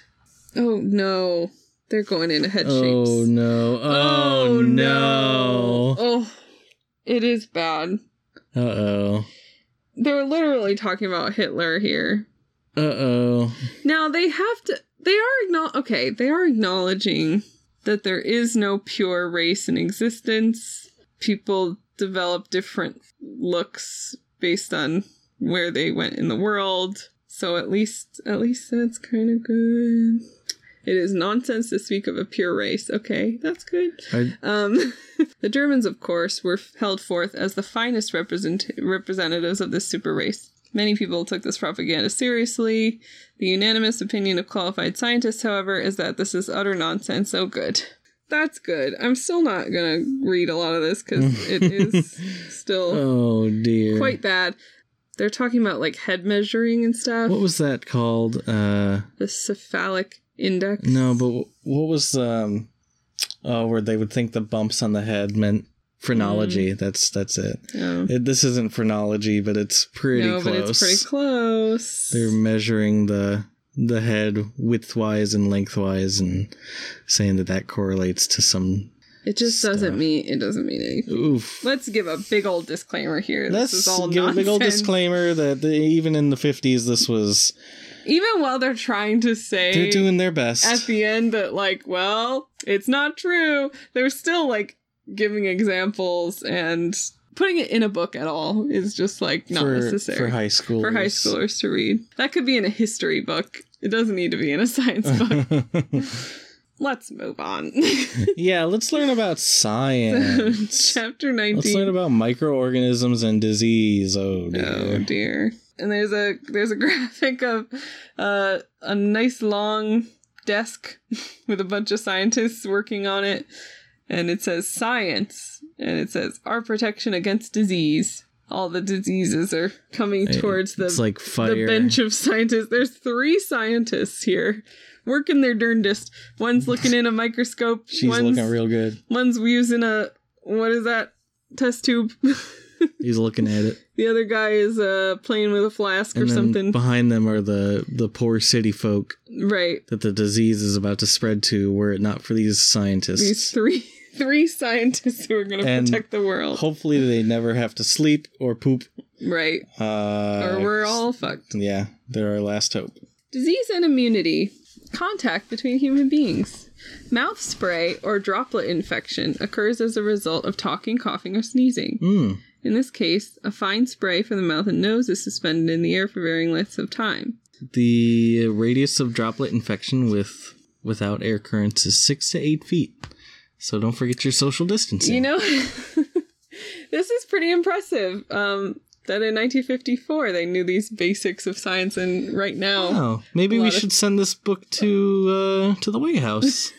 oh no They're going into head Oh shapes. no. Oh, no. Oh, it is bad. Uh oh. They're literally talking about Hitler here. Uh oh. Now they have to. They are acknow- okay. They are acknowledging that there is no pure race in existence. People develop different looks based on where they went in the world. So at least, at least that's kind of good. It is nonsense to speak of a pure race. Okay, that's good. I- Um, the Germans, of course, were held forth as the finest represent- representatives of this super race. Many people took this propaganda seriously. The unanimous opinion of qualified scientists, however, is that this is utter nonsense. Oh, good. That's good. I'm still not going to read a lot of this because it is still Oh dear. quite bad. They're talking about like head measuring and stuff. What was that called? Uh the cephalic index? no, but wh- what was um oh where they would think the bumps on the head meant phrenology. Mm-hmm. That's that's it. No. it. This isn't phrenology, but it's pretty Oh. no, close. but it's pretty close. They're measuring the the head widthwise and lengthwise and saying that that correlates to some It just stuff. doesn't mean it doesn't mean anything. oof. Let's give a big old disclaimer here. Let's this is all give a big old nonsense. disclaimer that the, even in the 50s, this was. Even while they're trying to They're say doing their best. at the end that like, well, it's not true. They're still like giving examples and putting it in a book at all is just like not for, necessary. For high school. for high schoolers to read. That could be in a history book. It doesn't need to be in a science book. Let's move on. yeah, let's learn about science. Chapter let's 19. learn about microorganisms and disease. Oh, dear. Oh dear. And there's a there's a graphic of uh, a nice long desk with a bunch of scientists working on it, and it says science, and it says our protection against disease. All the diseases are coming It- towards the it's like fire. the bench of scientists. There's three scientists here working their darndest. One's looking in a microscope. She's one's, looking real good. one's using a what is that test tube? He's looking at it. The other guy is uh playing with a flask or And then something. behind them are the, the poor city folk right. that the disease is about to spread to were it not for these scientists. These three three scientists who are going to And protect the world. Hopefully, they never have to sleep or poop. right. Uh, Or we're all fucked. Yeah, they're our last hope. Disease and immunity. Contact between human beings. Mouth spray or droplet infection occurs as a result of talking, coughing, or sneezing. Mm. In this case, a fine spray from the mouth and nose is suspended in the air for varying lengths of time. The radius of droplet infection with without air currents is six to eight feet. So don't forget your social distancing. You know, this is pretty impressive. Um, that in 1954 they knew these basics of science, and right now Oh, maybe A we lot of- should send this book to uh, to the White House.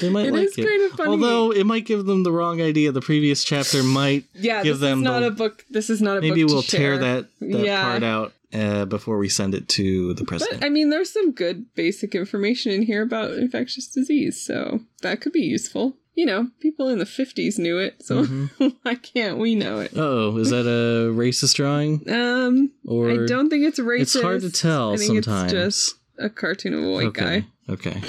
they might It like is it. kind of funny. Although it might give them the wrong idea. The previous chapter might. yeah, Give this them is not the- a book. This is not a Maybe book. to we'll tear share. that, that Yeah. part out uh, before we send it to the president. But I mean, there's some good basic information in here about infectious disease, so that could be useful. You know, people in the 50s knew it, so Mm-hmm. why can't we know it? Oh, is that a racist drawing? Um, Or I don't think it's racist. It's hard to tell I think sometimes. It's just a cartoon of a white okay. guy. Okay.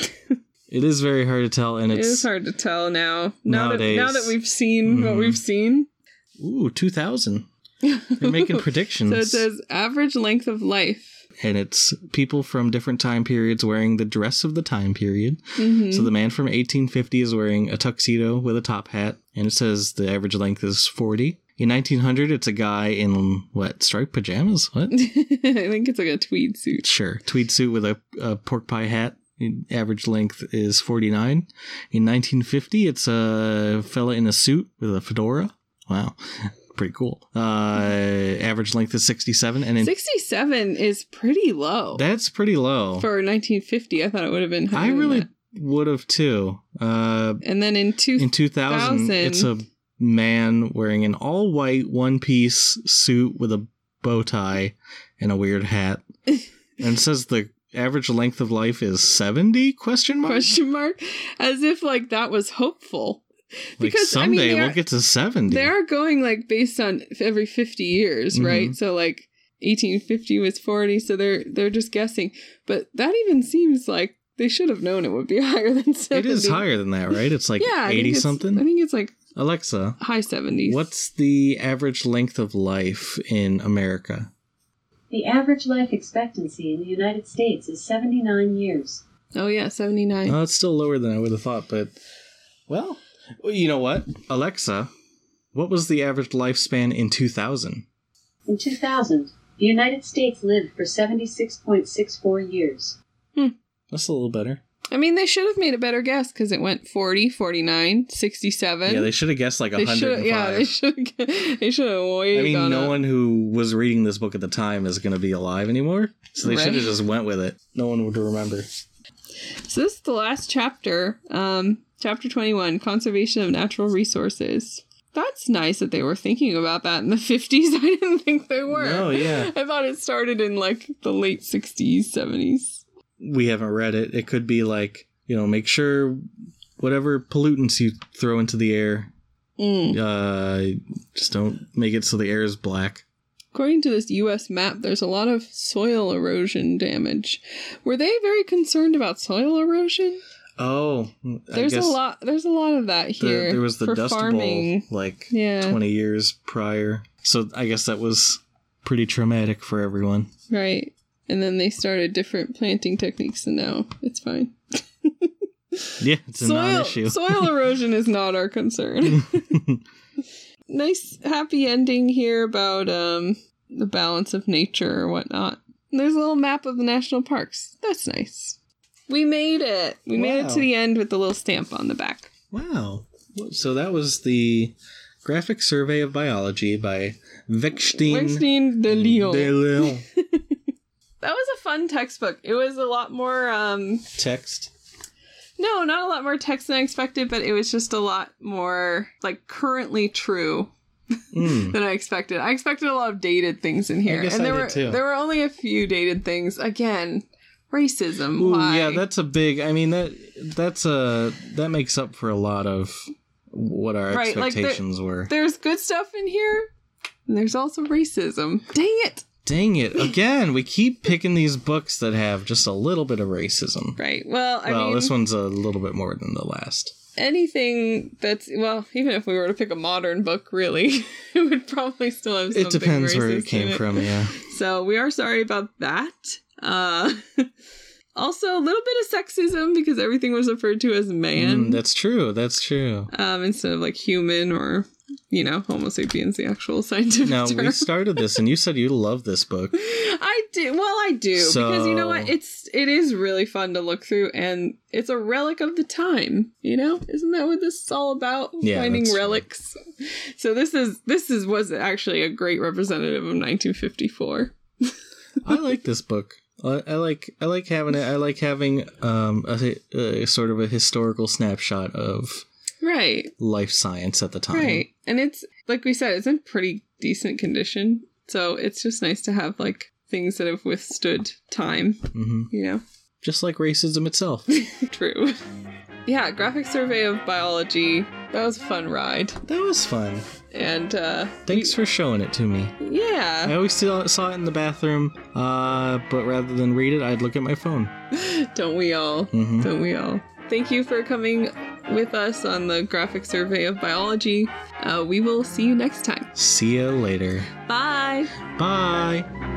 it is very hard to tell, and It it's is hard to tell now. Now Nowadays. that now that we've seen what Mhm. we've seen, ooh two thousand. They're making predictions, so it says average length of life. and it's people from different time periods wearing the dress of the time period. Mhm. So the man from 1850 is wearing a tuxedo with a top hat, and it says the average length is 40. In 1900, it's a guy in what striped pajamas? What? Mm-hmm. I think it's like a tweed suit. Sure. Tweed suit with a, a pork pie hat. Average length is 49. In 1950, it's a fella in a suit with a fedora. Wow. Pretty cool. Uh, average length is 67. And in, Sixty-seven is pretty low that's pretty low. for 1950. I thought it would have been. Higher I than really that. would have too. Uh, And then in two. in 2000, 2000. it's a man wearing an all white one piece suit with a bow tie and a weird hat. and it says the average length of life is 70 question mark question mark as if like that was hopeful like Because, I mean, someday they we'll are- get to 70 they are going like based on f- every 50 years Mm-hmm. right so like 1850 was 40 so they're they're just guessing but that even seems like They should have known it would be higher than 70. It is higher than that, right? It's like I think 80 it's- I something. think it's like Alexa, high 70s. what's the average length of life in America? The average life expectancy in the United States is 79 years. Oh, yeah, 79. Well, it's still lower than I would have thought, but well, well, you know what? Alexa, what was the average lifespan in 2000? In 2000, the United States lived for 76.64 years. That's a little better. I mean, they should have made a better guess because it went 40, 49, 67. yeah, they should have guessed like They should, 105. yeah, they should. They should have I waited. mean, on no it. one who was reading this book at the time is going to be alive anymore, so they Right. should have just went with it. No one would remember. So this is the last chapter, um, chapter twenty-one, conservation of natural resources. That's nice that they were thinking about that in the fifties. I didn't think they were. No, yeah. I thought it started in like the late sixties, seventies. We haven't read it. It could be like you know, make sure whatever pollutants you throw into the air, Mm. uh, just don't make it so the air is black. According to this U.S. map, there's a lot of soil erosion damage. Were they very concerned about soil erosion? Oh, I There's a guess lot. There's a lot of that the- here. there was the for Dust farming. Bowl like Yeah. 20 years prior. So I guess that was pretty traumatic for everyone. Right. And then they started different planting techniques, and now it's fine. Yeah, it's a non issue. soil erosion is not our concern. nice, happy ending here about um, the balance of nature or whatnot. And there's a little map of the national parks. That's nice. We made it. We made it Wow. to the end with the little stamp on the back. wow. So that was the graphic survey of biology by Vechstein Weinstein de Lyon. de Leon. that was a fun textbook. It was a lot more um, Text. No, not a lot more text than I expected, but it was just a lot more like currently true Mm. than I expected. I expected a lot of dated things in here, guess and I there did were too. there were only a few dated things. Again, racism. Ooh, why? yeah, that's a big. I mean that that's a that makes up for a lot of what our Right, like the- expectations were. there's good stuff in here. And there's also racism. Dang it! Dang it! Again, we keep picking these books that have just a little bit of racism. Right. Well, I well, mean, this one's a little bit more than the last. anything that's well, even if we were to pick a modern book, really, it would probably still have. It something depends where racist in it came it. from. Yeah. So we are sorry about that. Uh, also, a little bit of sexism because everything was referred to as man Mm, that's true. That's true. um, instead of like human or you know Homo sapiens, the actual scientific Now term. we started this, and you said you love this book. I do well, I do because you know what? So- It's it is really fun to look through, and it's a relic of the time. You know, isn't that what this is all about? Yeah, Finding that's right. relics. So this is this is was actually a great representative of 1954. I like this book. I, I like I like having it. I like having um a, hi- a sort of a historical snapshot of Right. life science at the time. Right. And it's like we said, it's in pretty decent condition. So it's just nice to have like things that have withstood time, hmm you know. Just like racism itself. True. Yeah, graphic survey of biology. That was a fun ride. that was fun. And uh Thanks for showing it to me. I yeah. always saw saw it in the bathroom, uh, but rather than read it, I'd look at my phone. Don't we all? hmm Don't we all? Thank you for coming with us on the graphic survey of biology. Uh, we will see you next time. See you later. Bye. Bye.